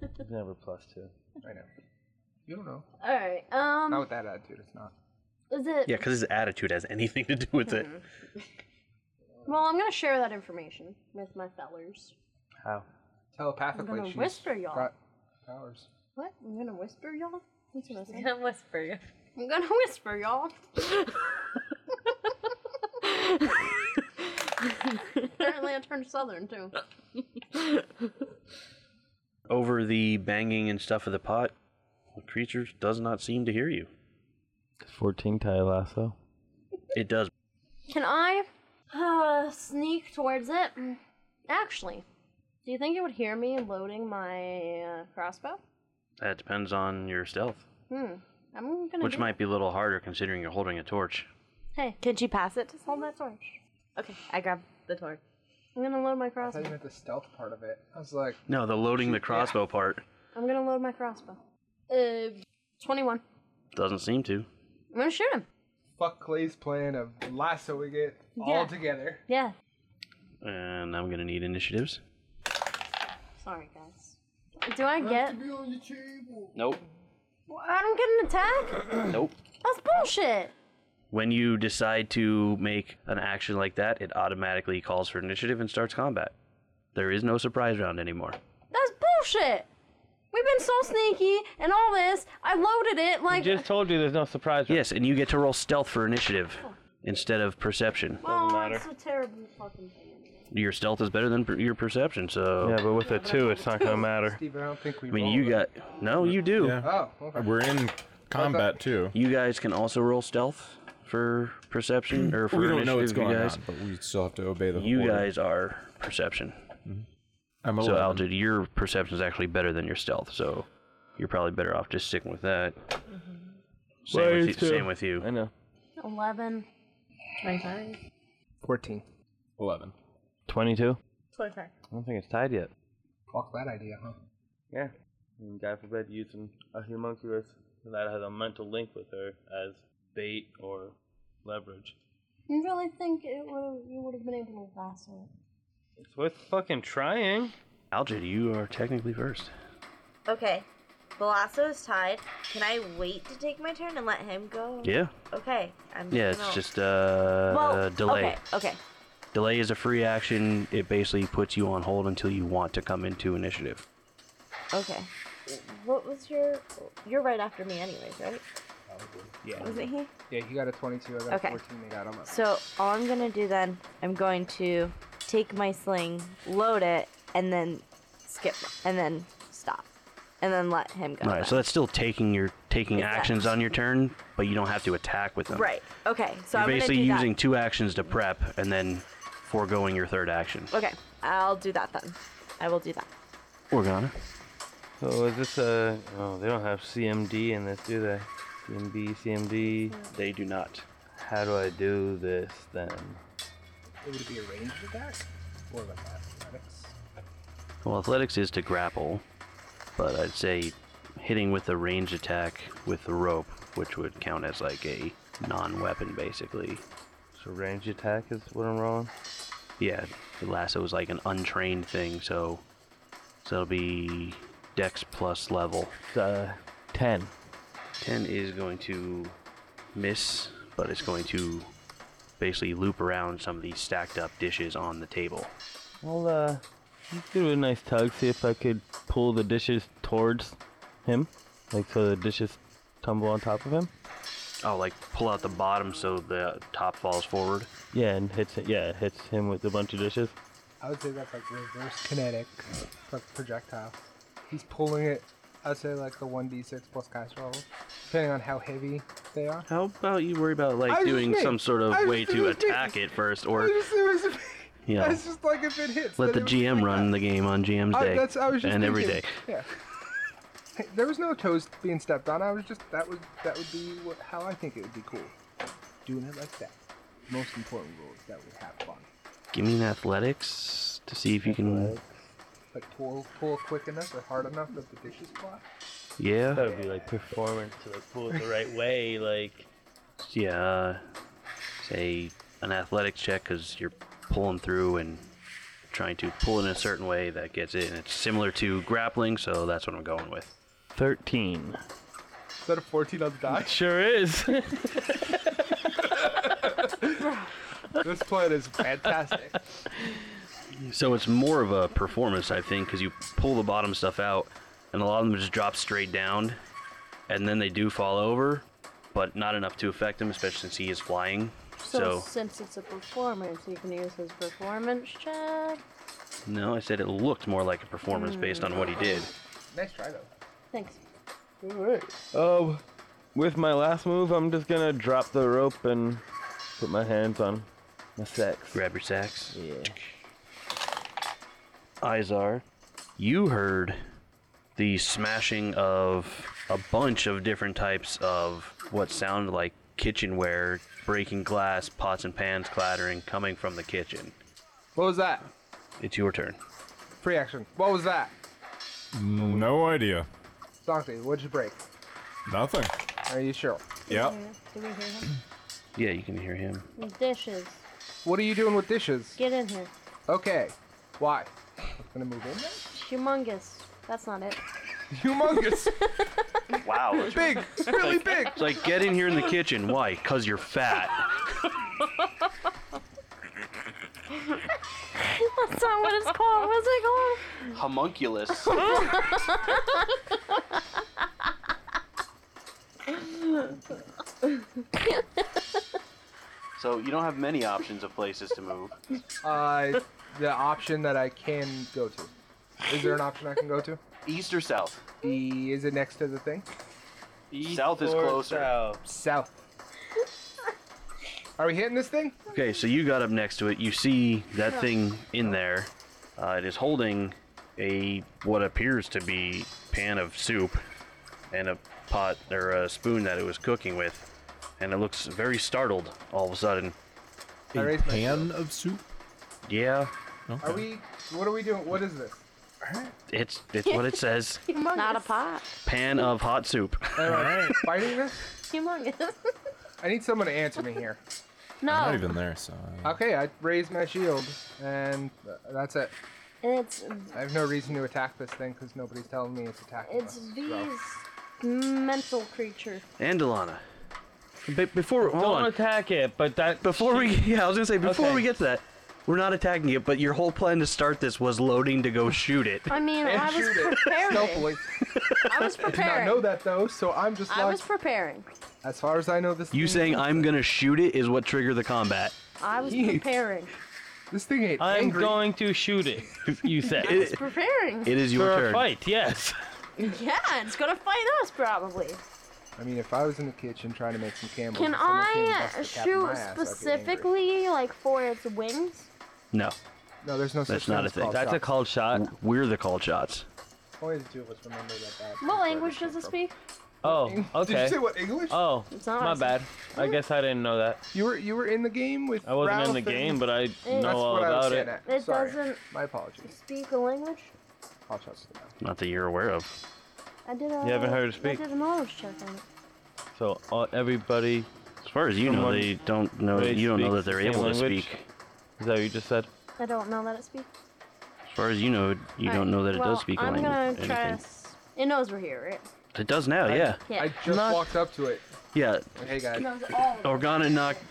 S7: It's never plus two.
S3: I know. You don't know.
S6: All right.
S3: Not
S6: Um,
S3: with that attitude, it's not.
S6: is it?
S1: Yeah, because his attitude has anything to do with it.
S6: Well, I'm gonna share that information with my fellers.
S7: How?
S3: Telepathically,
S6: I'm gonna
S3: she's
S6: whisper y'all.
S3: got powers.
S6: What? I'm gonna whisper y'all. That's what I said.
S5: Don't whisper.
S6: I'm gonna whisper y'all. Apparently, I turned southern too.
S1: Over the banging and stuff of the pot, the creature does not seem to hear you.
S7: 14 tie lasso.
S1: It does.
S6: Can I uh, sneak towards it? Actually, do you think it would hear me loading my uh, crossbow?
S1: That depends on your stealth,
S6: Hmm. I'm gonna.
S1: which
S6: do-
S1: might be a little harder considering you're holding a torch.
S6: Hey,
S4: Can she pass it?
S6: hold that torch.
S5: Okay, I grab the torch.
S6: I'm gonna load my
S3: I thought
S6: crossbow.
S3: you meant the stealth part of it. I was like,
S1: No, the loading the crossbow part
S6: I'm gonna load my crossbow. Uh, 21.
S1: doesn't seem to.
S6: I'm gonna shoot him.
S3: fuck Clay's plan of lassoing it
S6: Yeah.
S3: all together.
S6: Yeah.
S1: And I'm going to need initiatives.
S6: Sorry, guys. Do I get?
S1: Nope.
S6: Well, I don't get an attack.
S1: Nope.
S6: That's bullshit.
S1: When you decide to make an action like that, it automatically calls for initiative and starts combat. There is no surprise round anymore.
S6: That's bullshit. We've been so sneaky and all this. I loaded it
S7: I
S6: like.
S7: just told you there's no surprise.
S1: Yes, and you get to roll stealth for initiative instead of perception.
S6: oh, it's a terrible fucking thing.
S1: Your stealth is better than per- your perception, so.
S7: Yeah, but with a two, it's not gonna matter.
S3: Steve, I don't think we
S1: I mean, you got. No, you do.
S2: Yeah.
S3: Oh, okay.
S2: We're in combat too.
S1: You guys can also roll stealth for perception or for
S2: We don't
S1: initiative.
S2: know what's
S1: you
S2: going
S1: guys.
S2: on, but we still have to obey the.
S1: You
S2: order.
S1: guys are perception.
S2: I'm
S1: So,
S2: 11.
S1: Algid, your perception is actually better than your stealth, so you're probably better off just sticking with that.
S5: Mm-hmm.
S1: Same,
S7: Well,
S1: with you,
S7: it's, uh,
S1: same with you.
S7: I know.
S6: 11.
S5: 25.
S3: 14.
S2: Eleven.
S7: 22.
S5: 25.
S7: I don't think it's tied yet.
S3: Fuck that idea, huh?
S7: Yeah. And God forbid using a homunculus that has a mental link with her as bait or leverage.
S6: You really think it would you would have been able to lasso
S7: It's worth fucking trying.
S1: Algid, you are technically first.
S5: Okay. The lasso is tied. Can I wait to take my turn and let him go?
S1: Yeah.
S5: Okay. I'm
S1: Yeah, it's
S5: gonna-
S1: just uh,
S5: well,
S1: delay.
S5: Okay. Okay.
S1: Delay is a free action. It basically puts you on hold until you want to come into initiative.
S5: Okay. What was your? You're right after me, anyways, right?
S3: Yeah.
S5: Was it he?
S3: Yeah, you got a 22. I got
S5: Okay.
S3: a 14. They got almost.
S5: So all I'm gonna do then, I'm going to take my sling, load it, and then skip, and then stop, and then let him go.
S1: All right, so that's still taking your taking
S5: Exactly.
S1: actions on your turn, but you don't have to attack with them.
S5: right. Okay. So
S1: You're
S5: I'm
S1: basically
S5: gonna do
S1: using two actions to prep and then foregoing your third action.
S5: That. Okay. I'll do that then. I will do that.
S1: Organa.
S7: So is this a. Oh, they don't have CMD in this, do they? CMB, CMD.
S1: They do not.
S7: How do I do this then?
S3: It would be a ranged attack? Or like athletics?
S1: Well, athletics is to grapple, but I'd say hitting with a range attack with the rope, which would count as like a non-weapon basically.
S7: So range attack is what I'm rolling.
S1: Yeah, the lasso is like an untrained thing, so so it'll be Dex plus level.
S7: Uh, ten.
S1: Ten is going to miss, but it's going to basically loop around some of these stacked up dishes on the table.
S7: Well, uh, let's give it a nice tug. See if I could pull the dishes towards him, like so the dishes tumble on top of him.
S1: Oh, like pull out the bottom so the top falls forward.
S7: Yeah, and hits it. Yeah, hits him with a bunch of dishes.
S3: I would say that's like reverse kinetic pro- projectile. He's pulling it. I'd say like the one d six plus cash roll, depending on how heavy they are.
S1: How about you worry about
S3: I
S1: like
S3: was
S1: doing
S3: just
S1: some
S3: me.
S1: sort
S3: I
S1: of
S3: was
S1: way
S3: just
S1: to
S3: me.
S1: attack it first, or
S3: It was- it was-
S1: you know,
S3: It's just like if it hits.
S1: let the
S3: then it-
S1: GM run the game on GM's
S3: I-
S1: day
S3: that's I was just
S1: and every day.
S3: thinking. Yeah. Hey, There was no toes being stepped on. I was just that would that would be what, how I think it would be cool. Doing it like that. Most important rule is that we have fun.
S1: Give me an athletics to see if you can.
S3: Like pull pull quick enough or hard enough that the dishes fly.
S1: Yeah.
S7: That would be like performance to like pull it the right way. Like
S1: Yeah, uh, say an athletics check because you're pulling through and trying to pull in a certain way that gets it. And it's similar to grappling, so that's what I'm going with.
S7: thirteen.
S3: Is that a fourteen on the die?
S7: Sure is.
S3: this plan is fantastic.
S1: So it's more of a performance type thing because you pull the bottom stuff out, and a lot of them just drop straight down, and then they do fall over, but not enough to affect him, especially since he is flying.
S5: So,
S1: So,
S5: since it's a performance, you can use his performance check.
S1: no, I said it looked more like a performance based on what he did.
S3: Nice try though.
S5: Thanks.
S7: Alright. Um, with my last move, I'm just gonna drop the rope and put my hands on my sacks.
S1: Grab your sacks.
S7: Yeah.
S1: Izar, you heard the smashing of a bunch of different types of what sounded like kitchenware, breaking glass, pots and pans clattering coming from the kitchen.
S3: What was that?
S1: It's your turn.
S3: Free action. What was that?
S2: No idea.
S3: Dante, what'd you break?
S2: Nothing.
S3: Are you sure?
S2: Yep.
S5: Do we hear him? Mm,
S1: Yeah, you can hear him.
S5: Dishes.
S3: What are you doing with dishes?
S5: Get in here.
S3: Okay. Why? I'm gonna move in there?
S5: Humongous. That's not it.
S3: Humongous!
S1: Wow. It's
S3: big! Really big!
S1: like, get in here in the kitchen. Why? Because you're fat.
S5: That's not what it's called. What's it called?
S1: Homunculus. so you don't have many options of places to move.
S3: Uh, the option that I can go to. Is there an option I can go to?
S1: East or south?
S3: E- is it next to the thing?
S1: South is
S7: or
S1: closer.
S7: south.
S3: South. Are we hitting this thing?
S1: Okay, so you got up next to it. You see that thing in there. Uh, it is holding a what appears to be pan of soup and a pot or a spoon that it was cooking with, and it looks very startled all of a sudden.
S3: I
S2: A
S3: raised my
S2: pan of soup.
S1: Yeah,
S3: Are we? What are we doing? What is this?
S1: it's it's what it says.
S5: Not a pot.
S1: Pan of hot soup.
S3: Am I fighting this?
S5: Humongous.
S3: I need someone to answer me here.
S2: I'm
S6: Oh.
S2: not
S5: No.
S2: even there, so. uh,
S3: Okay, I raised my shield, and th- that's it.
S5: It's
S3: I have no reason to attack this thing because nobody's telling me it's attacking
S5: it's
S3: us.
S5: these mental creature.
S1: And Alana. Be- before hold
S7: Don't
S1: on.
S7: attack it, but that.
S1: Before we yeah, I was gonna say before
S7: Okay.
S1: we get to that, we're not attacking it, but your whole plan to start this was loading to go shoot it.
S5: I mean,
S3: And
S5: I was
S3: shoot it
S5: preparing.
S3: stealthily.
S5: I was
S3: I know
S5: preparing.
S3: that though, so I'm just
S5: I
S3: like,
S5: was preparing.
S3: as far as I know, this.
S1: You
S3: thing,
S1: saying I'm gonna shoot it is what triggered the combat.
S5: I was
S3: Jeez.
S5: preparing.
S3: this thing ain't
S7: I'm
S3: angry.
S7: going to shoot it. You said
S5: I was preparing.
S1: It is your
S7: for a
S1: turn.
S7: fight. Yes.
S5: Yeah, it's gonna fight us probably.
S3: I mean, if I was in the kitchen trying to make some candles,
S6: Can
S3: and someone came and
S6: I
S3: busted a cap in my
S6: shoot
S3: ass, I'd be angry.
S6: specifically, like, for its wings?
S1: No,
S3: No, there's no
S1: That's
S3: such thing.
S1: not a
S3: as
S1: thing.
S3: called
S7: That's a
S3: shots.
S7: cold shot.
S1: we're the called shots.
S3: Only the two of us remember that. bad
S6: What
S3: word
S6: language
S3: came
S6: does it
S3: from.
S6: speak?
S7: Oh,
S3: Did you
S7: okay.
S3: say what English?
S7: Oh,
S5: It's not
S7: my
S5: awesome.
S7: bad. I guess I didn't know that.
S3: you were you were in the game with.
S7: I wasn't in
S3: Ralph
S7: the
S3: and-
S7: game, but I know
S3: That's
S7: all
S3: what I was
S7: about
S3: getting
S7: it.
S3: at.
S6: It
S3: Sorry.
S6: doesn't
S3: My apologies.
S6: speak a language?
S3: All shots to the back.
S1: Not that you're aware of.
S6: I did a.
S7: You haven't heard her speak.
S6: I did a knowledge check on it.
S7: So all, everybody.
S1: As far as you know,
S7: someone-
S1: they don't know-
S7: they
S1: you don't know
S7: speak
S1: that they're
S7: the same
S1: able to
S7: language?
S1: speak.
S7: Is that what you just said?
S6: I don't know that it speaks.
S1: As far as you know, you
S6: Alright,
S1: don't know that it
S6: well,
S1: does speak a
S6: I'm
S1: language.
S6: gonna try. To...
S1: anything.
S6: s- It knows we're here, right?
S1: It does now, yeah.
S6: Yeah.
S3: I just walked up to it.
S1: Yeah.
S3: Like, hey guys.
S6: It knows all. of it.
S1: Organa knocked.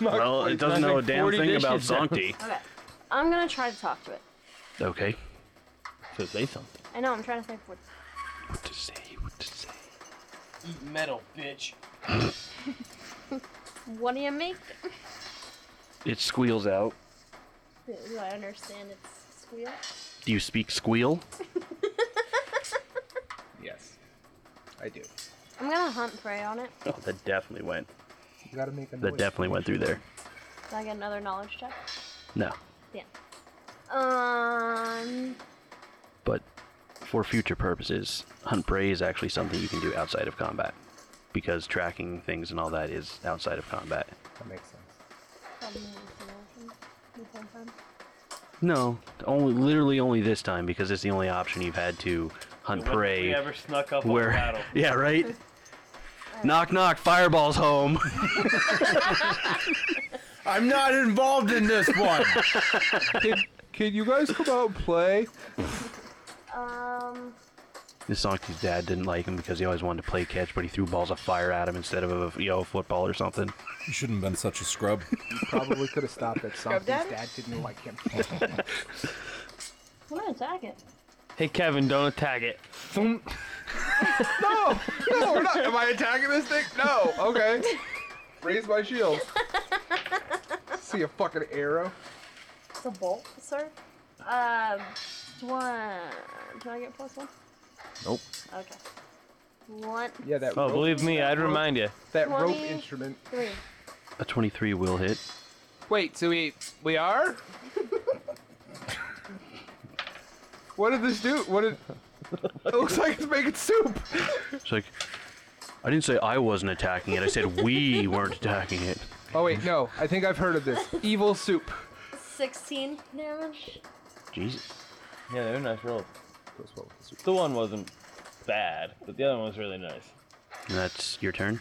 S1: Well, it doesn't know a damn
S7: 40
S1: thing about
S7: dishes down.
S1: Zonkti.
S6: Okay. I'm gonna try to talk to it.
S1: Okay.
S7: So say something.
S6: I know. I'm trying to think what.
S1: What to say? What to say?
S9: Eat metal, bitch.
S6: What do you make?
S1: It squeals out.
S6: Do do I understand its squeal?
S1: Do you speak squeal?
S3: Yes. I do. You
S6: I'm gonna hunt prey on it.
S1: Oh, that definitely went.
S3: gotta make a noise.
S1: That definitely went through there.
S6: Do I get another knowledge check?
S1: No.
S6: Yeah. Um.
S1: But for future purposes, hunt prey is actually something you can do outside of combat. Because tracking things and all that is outside of combat.
S3: That makes sense.
S6: probably hallucination this whole time.
S1: No, only literally only this time because it's the only option you've had to hunt
S9: When
S1: prey.
S9: We ever snuck up on
S1: where,
S9: a battle.
S1: yeah, right. knock knock, fireballs home.
S2: I'm not involved in this one.
S3: Can, can you guys come out and play?
S6: Um.
S1: This Zonki's dad didn't like him because he always wanted to play catch, but he threw balls of fire at him instead of a you know, football or something.
S2: You shouldn't have been such a scrub.
S3: Probably could have stopped at something. His
S10: Daddy?
S3: dad didn't like him.
S6: I'm gonna attack it.
S7: Hey Kevin, don't attack it.
S3: no! No, we're not. Am I attacking this thing? No. Okay. Raise my shield. See a fucking arrow.
S6: It's a bolt, sir. Um. Do I, do I get plus one?
S7: Nope.
S6: Okay. One,
S3: Yeah, that.
S7: Oh,
S3: rope-
S7: believe me, I'd
S3: rope-
S7: remind you.
S3: That rope
S6: Twenty.
S3: instrument.
S6: three.
S1: A 23 will hit.
S3: Wait, so we we are? what did this do? What did? It looks like it's making soup.
S1: It's like, I didn't say I wasn't attacking it. I said we weren't attacking it.
S3: Oh wait, no. I think I've heard of this. Evil soup.
S6: 16 damage.
S1: Jesus.
S7: Yeah, they're nice rolls. The one wasn't bad, but the other one was really nice.
S1: And that's your turn.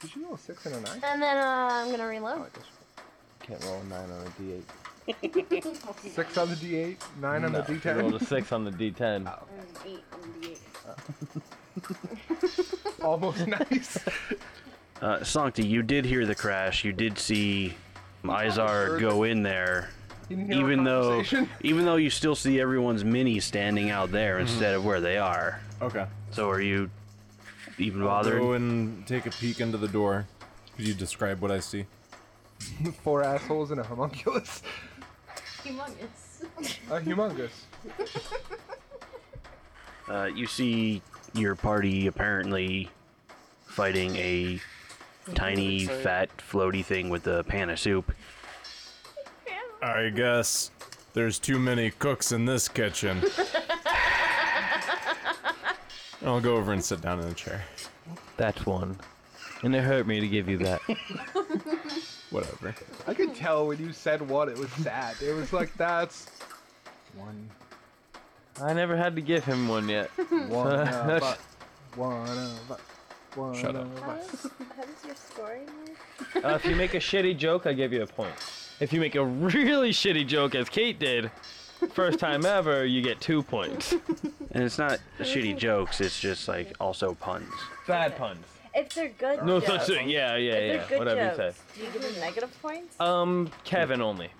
S3: Did you roll a six and a nine?
S6: And then uh, I'm gonna reload.
S7: Oh, Can't roll a nine on a D8.
S3: Six on the D8, nine on the
S7: No, you rolled
S3: D10.
S7: a six on the D10.
S6: Eight and D8.
S3: Almost nice.
S1: Uh, Sancti, you did hear the crash. You did see Izar go in there.
S3: You didn't hear our
S1: Even though,
S3: conversation?
S1: even though you still see everyone's mini standing out there instead of where they are.
S2: okay.
S1: So are you even
S2: Go
S1: bothered?
S2: and take a peek into the door. Could you describe what I see?
S3: Four assholes and a homunculus.
S6: Humongous.
S3: A humongous.
S1: Uh, you see your party apparently fighting a tiny, fat, floaty thing with a pan of soup.
S2: I guess there's too many cooks in this kitchen. I'll go over and sit down in a chair.
S7: That's one. And it hurt me to give you that.
S2: Whatever.
S3: I could tell when you said one, it was sad. It was like that's one,
S7: I never had to give him one yet.
S3: one of us, one of us, one
S2: Shut up.
S3: of us.
S6: How does your story work?
S7: Uh, if you make a shitty joke, I give you a point. If you make a really shitty joke, as Kate did, first time ever, you get two points.
S1: And it's not shitty jokes. It's just like also puns.
S7: Bad puns.
S5: If they're good
S7: No
S5: jokes,
S7: such thing. Yeah, yeah,
S5: if
S7: yeah.
S5: they're good
S7: Whatever you
S5: jokes,
S7: say.
S5: do you give them negative points?
S7: Um, Kevin only.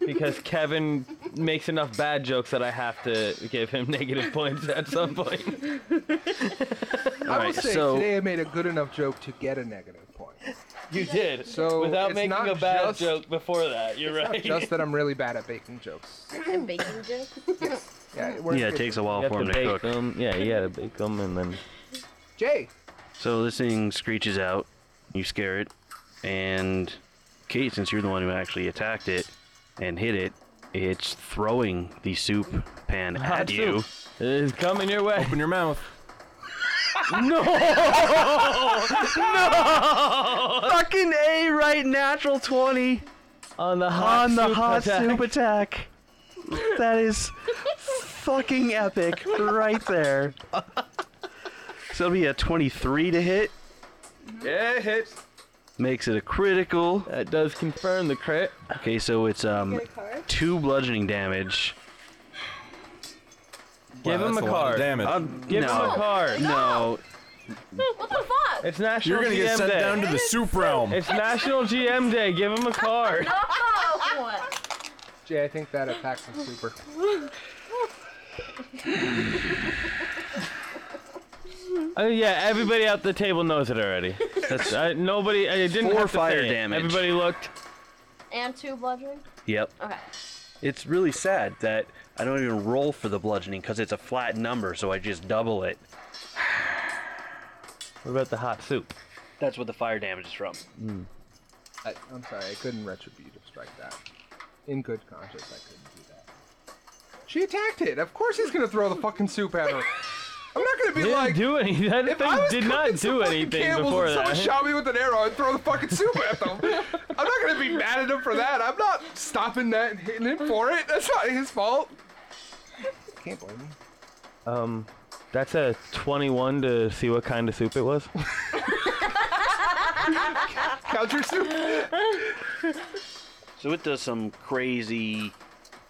S7: Because Kevin makes enough bad jokes that I have to give him negative points at some point.
S3: I will
S1: right,
S3: say
S1: so-
S3: today I made a good enough joke to get a negative point.
S7: You did.
S3: So,
S7: without
S3: it's
S7: making
S3: not
S7: a bad
S3: just-
S7: joke before that, you're right.
S3: Just that I'm really bad at baking jokes.
S5: And baking jokes?
S3: Yeah, it works
S1: Yeah, it
S3: good.
S1: takes a while
S7: you
S1: for
S7: have
S1: them
S7: to
S1: to
S7: bake
S1: cook.
S7: them. Yeah, you gotta bake them and then.
S3: Jay,
S1: So this thing screeches out, you scare it, and Kate, since you're the one who actually attacked it and hit it, it's throwing the soup pan at you.
S7: It's coming your way.
S2: Open your mouth.
S1: Fucking A right natural 20
S7: On the hot soup attack.
S1: attack. That is fucking epic right there. So it'll be a 23 to hit.
S9: Yeah, it hits.
S1: Makes it a critical.
S7: That does confirm the crit.
S1: Okay, so it's um two bludgeoning damage.
S7: Give him a card.
S2: Damage.
S1: Um,
S7: Give
S1: no,
S7: him a card.
S1: No.
S6: What the fuck?
S7: It's National
S2: You're gonna
S7: GM
S2: get sent
S7: Day.
S2: down to the soup realm.
S7: It's National GM Day. Give him a card.
S6: No!
S3: Jay, I think that attack was super.
S7: Uh, yeah, everybody at the table knows it already.
S1: That's
S7: I, nobody. I didn't
S1: Four
S7: have to
S1: fire
S7: say it.
S1: damage.
S7: Everybody looked.
S6: And two bludgeoning?
S1: yep.
S6: Okay.
S1: It's really sad that I don't even roll for the bludgeoning because it's a flat number, so I just double it.
S7: What about the hot soup?
S1: That's what the fire damage is from.
S3: I, I'm sorry, I couldn't retributive strike that. In good conscience, I couldn't do that. She attacked it. Of course, he's gonna throw the fucking soup at her. I'm not gonna be
S7: Didn't
S3: like.
S7: do anything. That
S3: If
S7: thing
S3: I was
S7: did
S3: cooking
S7: not
S3: some
S7: do
S3: fucking
S7: anything
S3: candles
S7: before
S3: and someone
S7: that.
S3: shot me with an arrow and throw the fucking soup at them. I'm not gonna be mad at him for that. I'm not stopping that and hitting him for it. That's not his fault. Can't blame him.
S7: Um, that's a 21 to see what kind of soup it was.
S3: Counter soup.
S1: So it does some crazy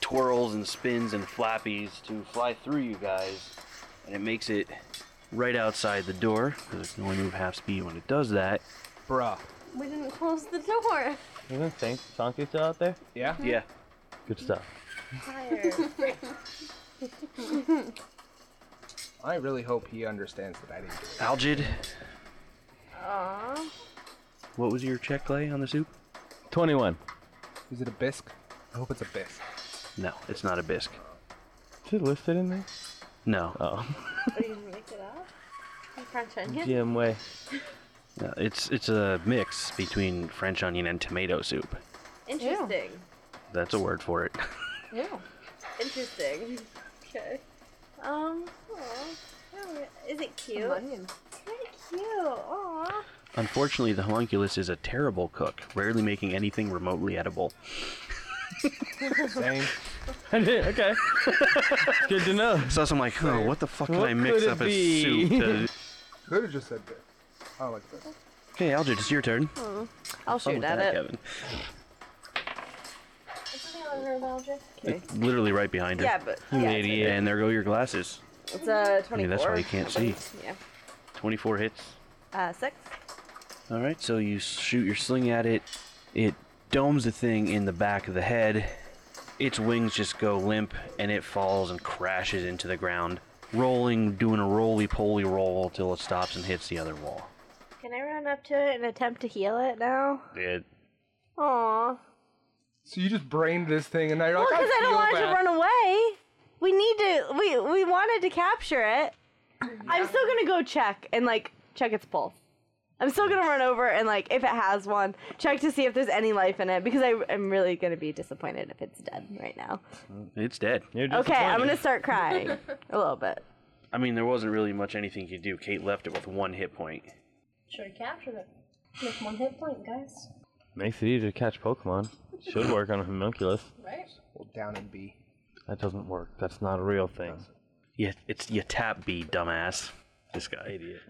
S1: twirls and spins and flappies to fly through you guys, and it makes it right outside the door because it can only move half speed when it does that.
S3: Bruh.
S6: We didn't close the door.
S7: Isn't Sank- Sanky still out there?
S3: Yeah.
S1: Yeah.
S7: Good stuff.
S3: I really hope he understands that I didn't do it.
S1: Algid. What was your check play on the soup?
S7: 21.
S3: Is it a bisque? I hope it's a bisque.
S1: No, it's not a bisque.
S7: Is it listed in there?
S1: No,
S7: Oh,
S5: French
S1: Mm-hmm.
S5: onion.
S7: GM way.
S1: no, it's it's a mix between French onion and tomato soup.
S5: Interesting.
S1: That's a word for it.
S5: Interesting. Okay.
S6: Um, aw. Oh, Is it cute? Very cute. Aw.
S1: Unfortunately, the homunculus is a terrible cook, rarely making anything remotely edible.
S3: Same.
S7: okay. Good to know.
S1: So I'm like, oh, what the fuck can
S7: What
S1: I mix
S7: could it
S1: up
S7: be?"
S1: as soup? To...
S3: Could have just said bisque. I like this.
S1: okay, Algid, it's your turn.
S5: I'll
S1: Fun
S5: shoot
S1: with
S5: at
S1: that,
S5: it.
S1: Kevin.
S6: It's not her Belgium.
S1: It's literally right behind her.
S5: Yeah, but yeah, it's-
S7: idiot.
S1: And there go your glasses.
S5: it's a
S1: I mean,
S5: twenty-four.
S1: that's why you can't see.
S5: Yeah.
S1: 24 hits.
S5: Uh, six.
S1: All right, so you shoot your sling at it. It domes the thing in the back of the head. Its wings just go limp, and it falls and crashes into the ground, rolling, doing a roly-poly roll till it stops and hits the other wall.
S5: Can I run up to it and attempt to heal it now?
S1: It
S5: Aw.
S3: So you just brained this thing, and now you're
S5: Well,
S3: like,
S5: because I don't
S3: feel
S5: want it to
S3: bad."
S5: run away. We need to. We we wanted to capture it. I'm still gonna go check and like check its pulse. I'm still gonna run over and like if it has one, check to see if there's any life in it because I am really gonna be disappointed if it's dead right now.
S1: it's dead.
S7: You're
S5: Okay, I'm gonna
S7: disappointed.
S5: start crying a little bit.
S1: I mean, there wasn't really much anything you could do. Kate left it with one hit point.
S6: Should have captured it. Make one hit point, guys.
S7: Makes it easier to catch Pokemon. Should work on a homunculus.
S6: Right?
S3: Well, down in B.
S7: That doesn't work. That's not a real thing.
S1: Yeah, it's you tap B, dumbass. This guy, idiot,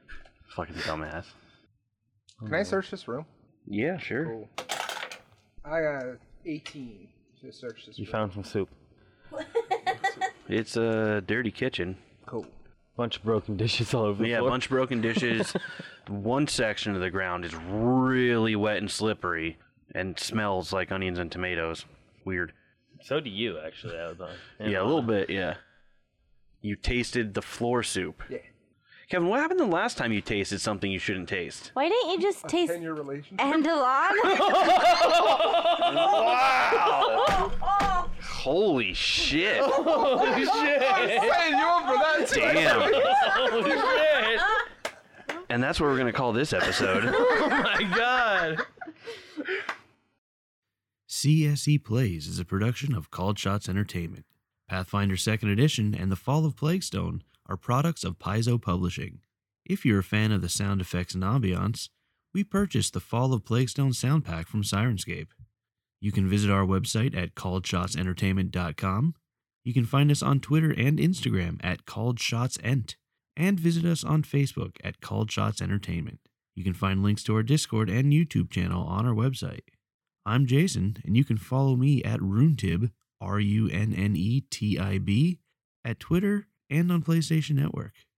S1: fucking dumbass.
S3: Can
S7: Mm.
S3: I search this room?
S1: Yeah, sure.
S3: Cool. I got 18 to search this
S7: You
S3: room.
S7: found some soup.
S1: It's a dirty kitchen.
S3: Cool.
S7: Bunch of broken dishes all over the
S1: Yeah, a
S7: floor.
S1: bunch of broken dishes. One section of the ground is really wet and slippery and smells like onions and tomatoes. Weird.
S7: So do you, actually. That was on.
S1: Yeah, a little bit, yeah. You tasted the floor soup.
S3: Yeah.
S1: Kevin, what happened the last time you tasted something you shouldn't taste?
S5: Why didn't you just taste
S3: 10 year relationship.
S5: Andalon?
S1: Holy shit.
S3: Hey, you up for that too?
S1: Damn.
S7: shit!
S1: And that's what we're going to call this episode.
S7: Oh My God.
S11: CSE E Plays is a production of Called Shots Entertainment. Pathfinder 2nd Edition and The Fall of Plaguestone are products of Paizo Publishing. If you're a fan of the sound effects and ambiance, we purchased The Fall of Plaguestone sound pack from Sirenscape. You can visit our website at calledshotsentertainment.com. You can find us on Twitter and Instagram at calledshotsentertainment. and visit us on Facebook at Called Shots Entertainment. You can find links to our Discord and YouTube channel on our website. I'm Jason, and you can follow me at Runetib, R U N N E T I B, at Twitter and on PlayStation Network.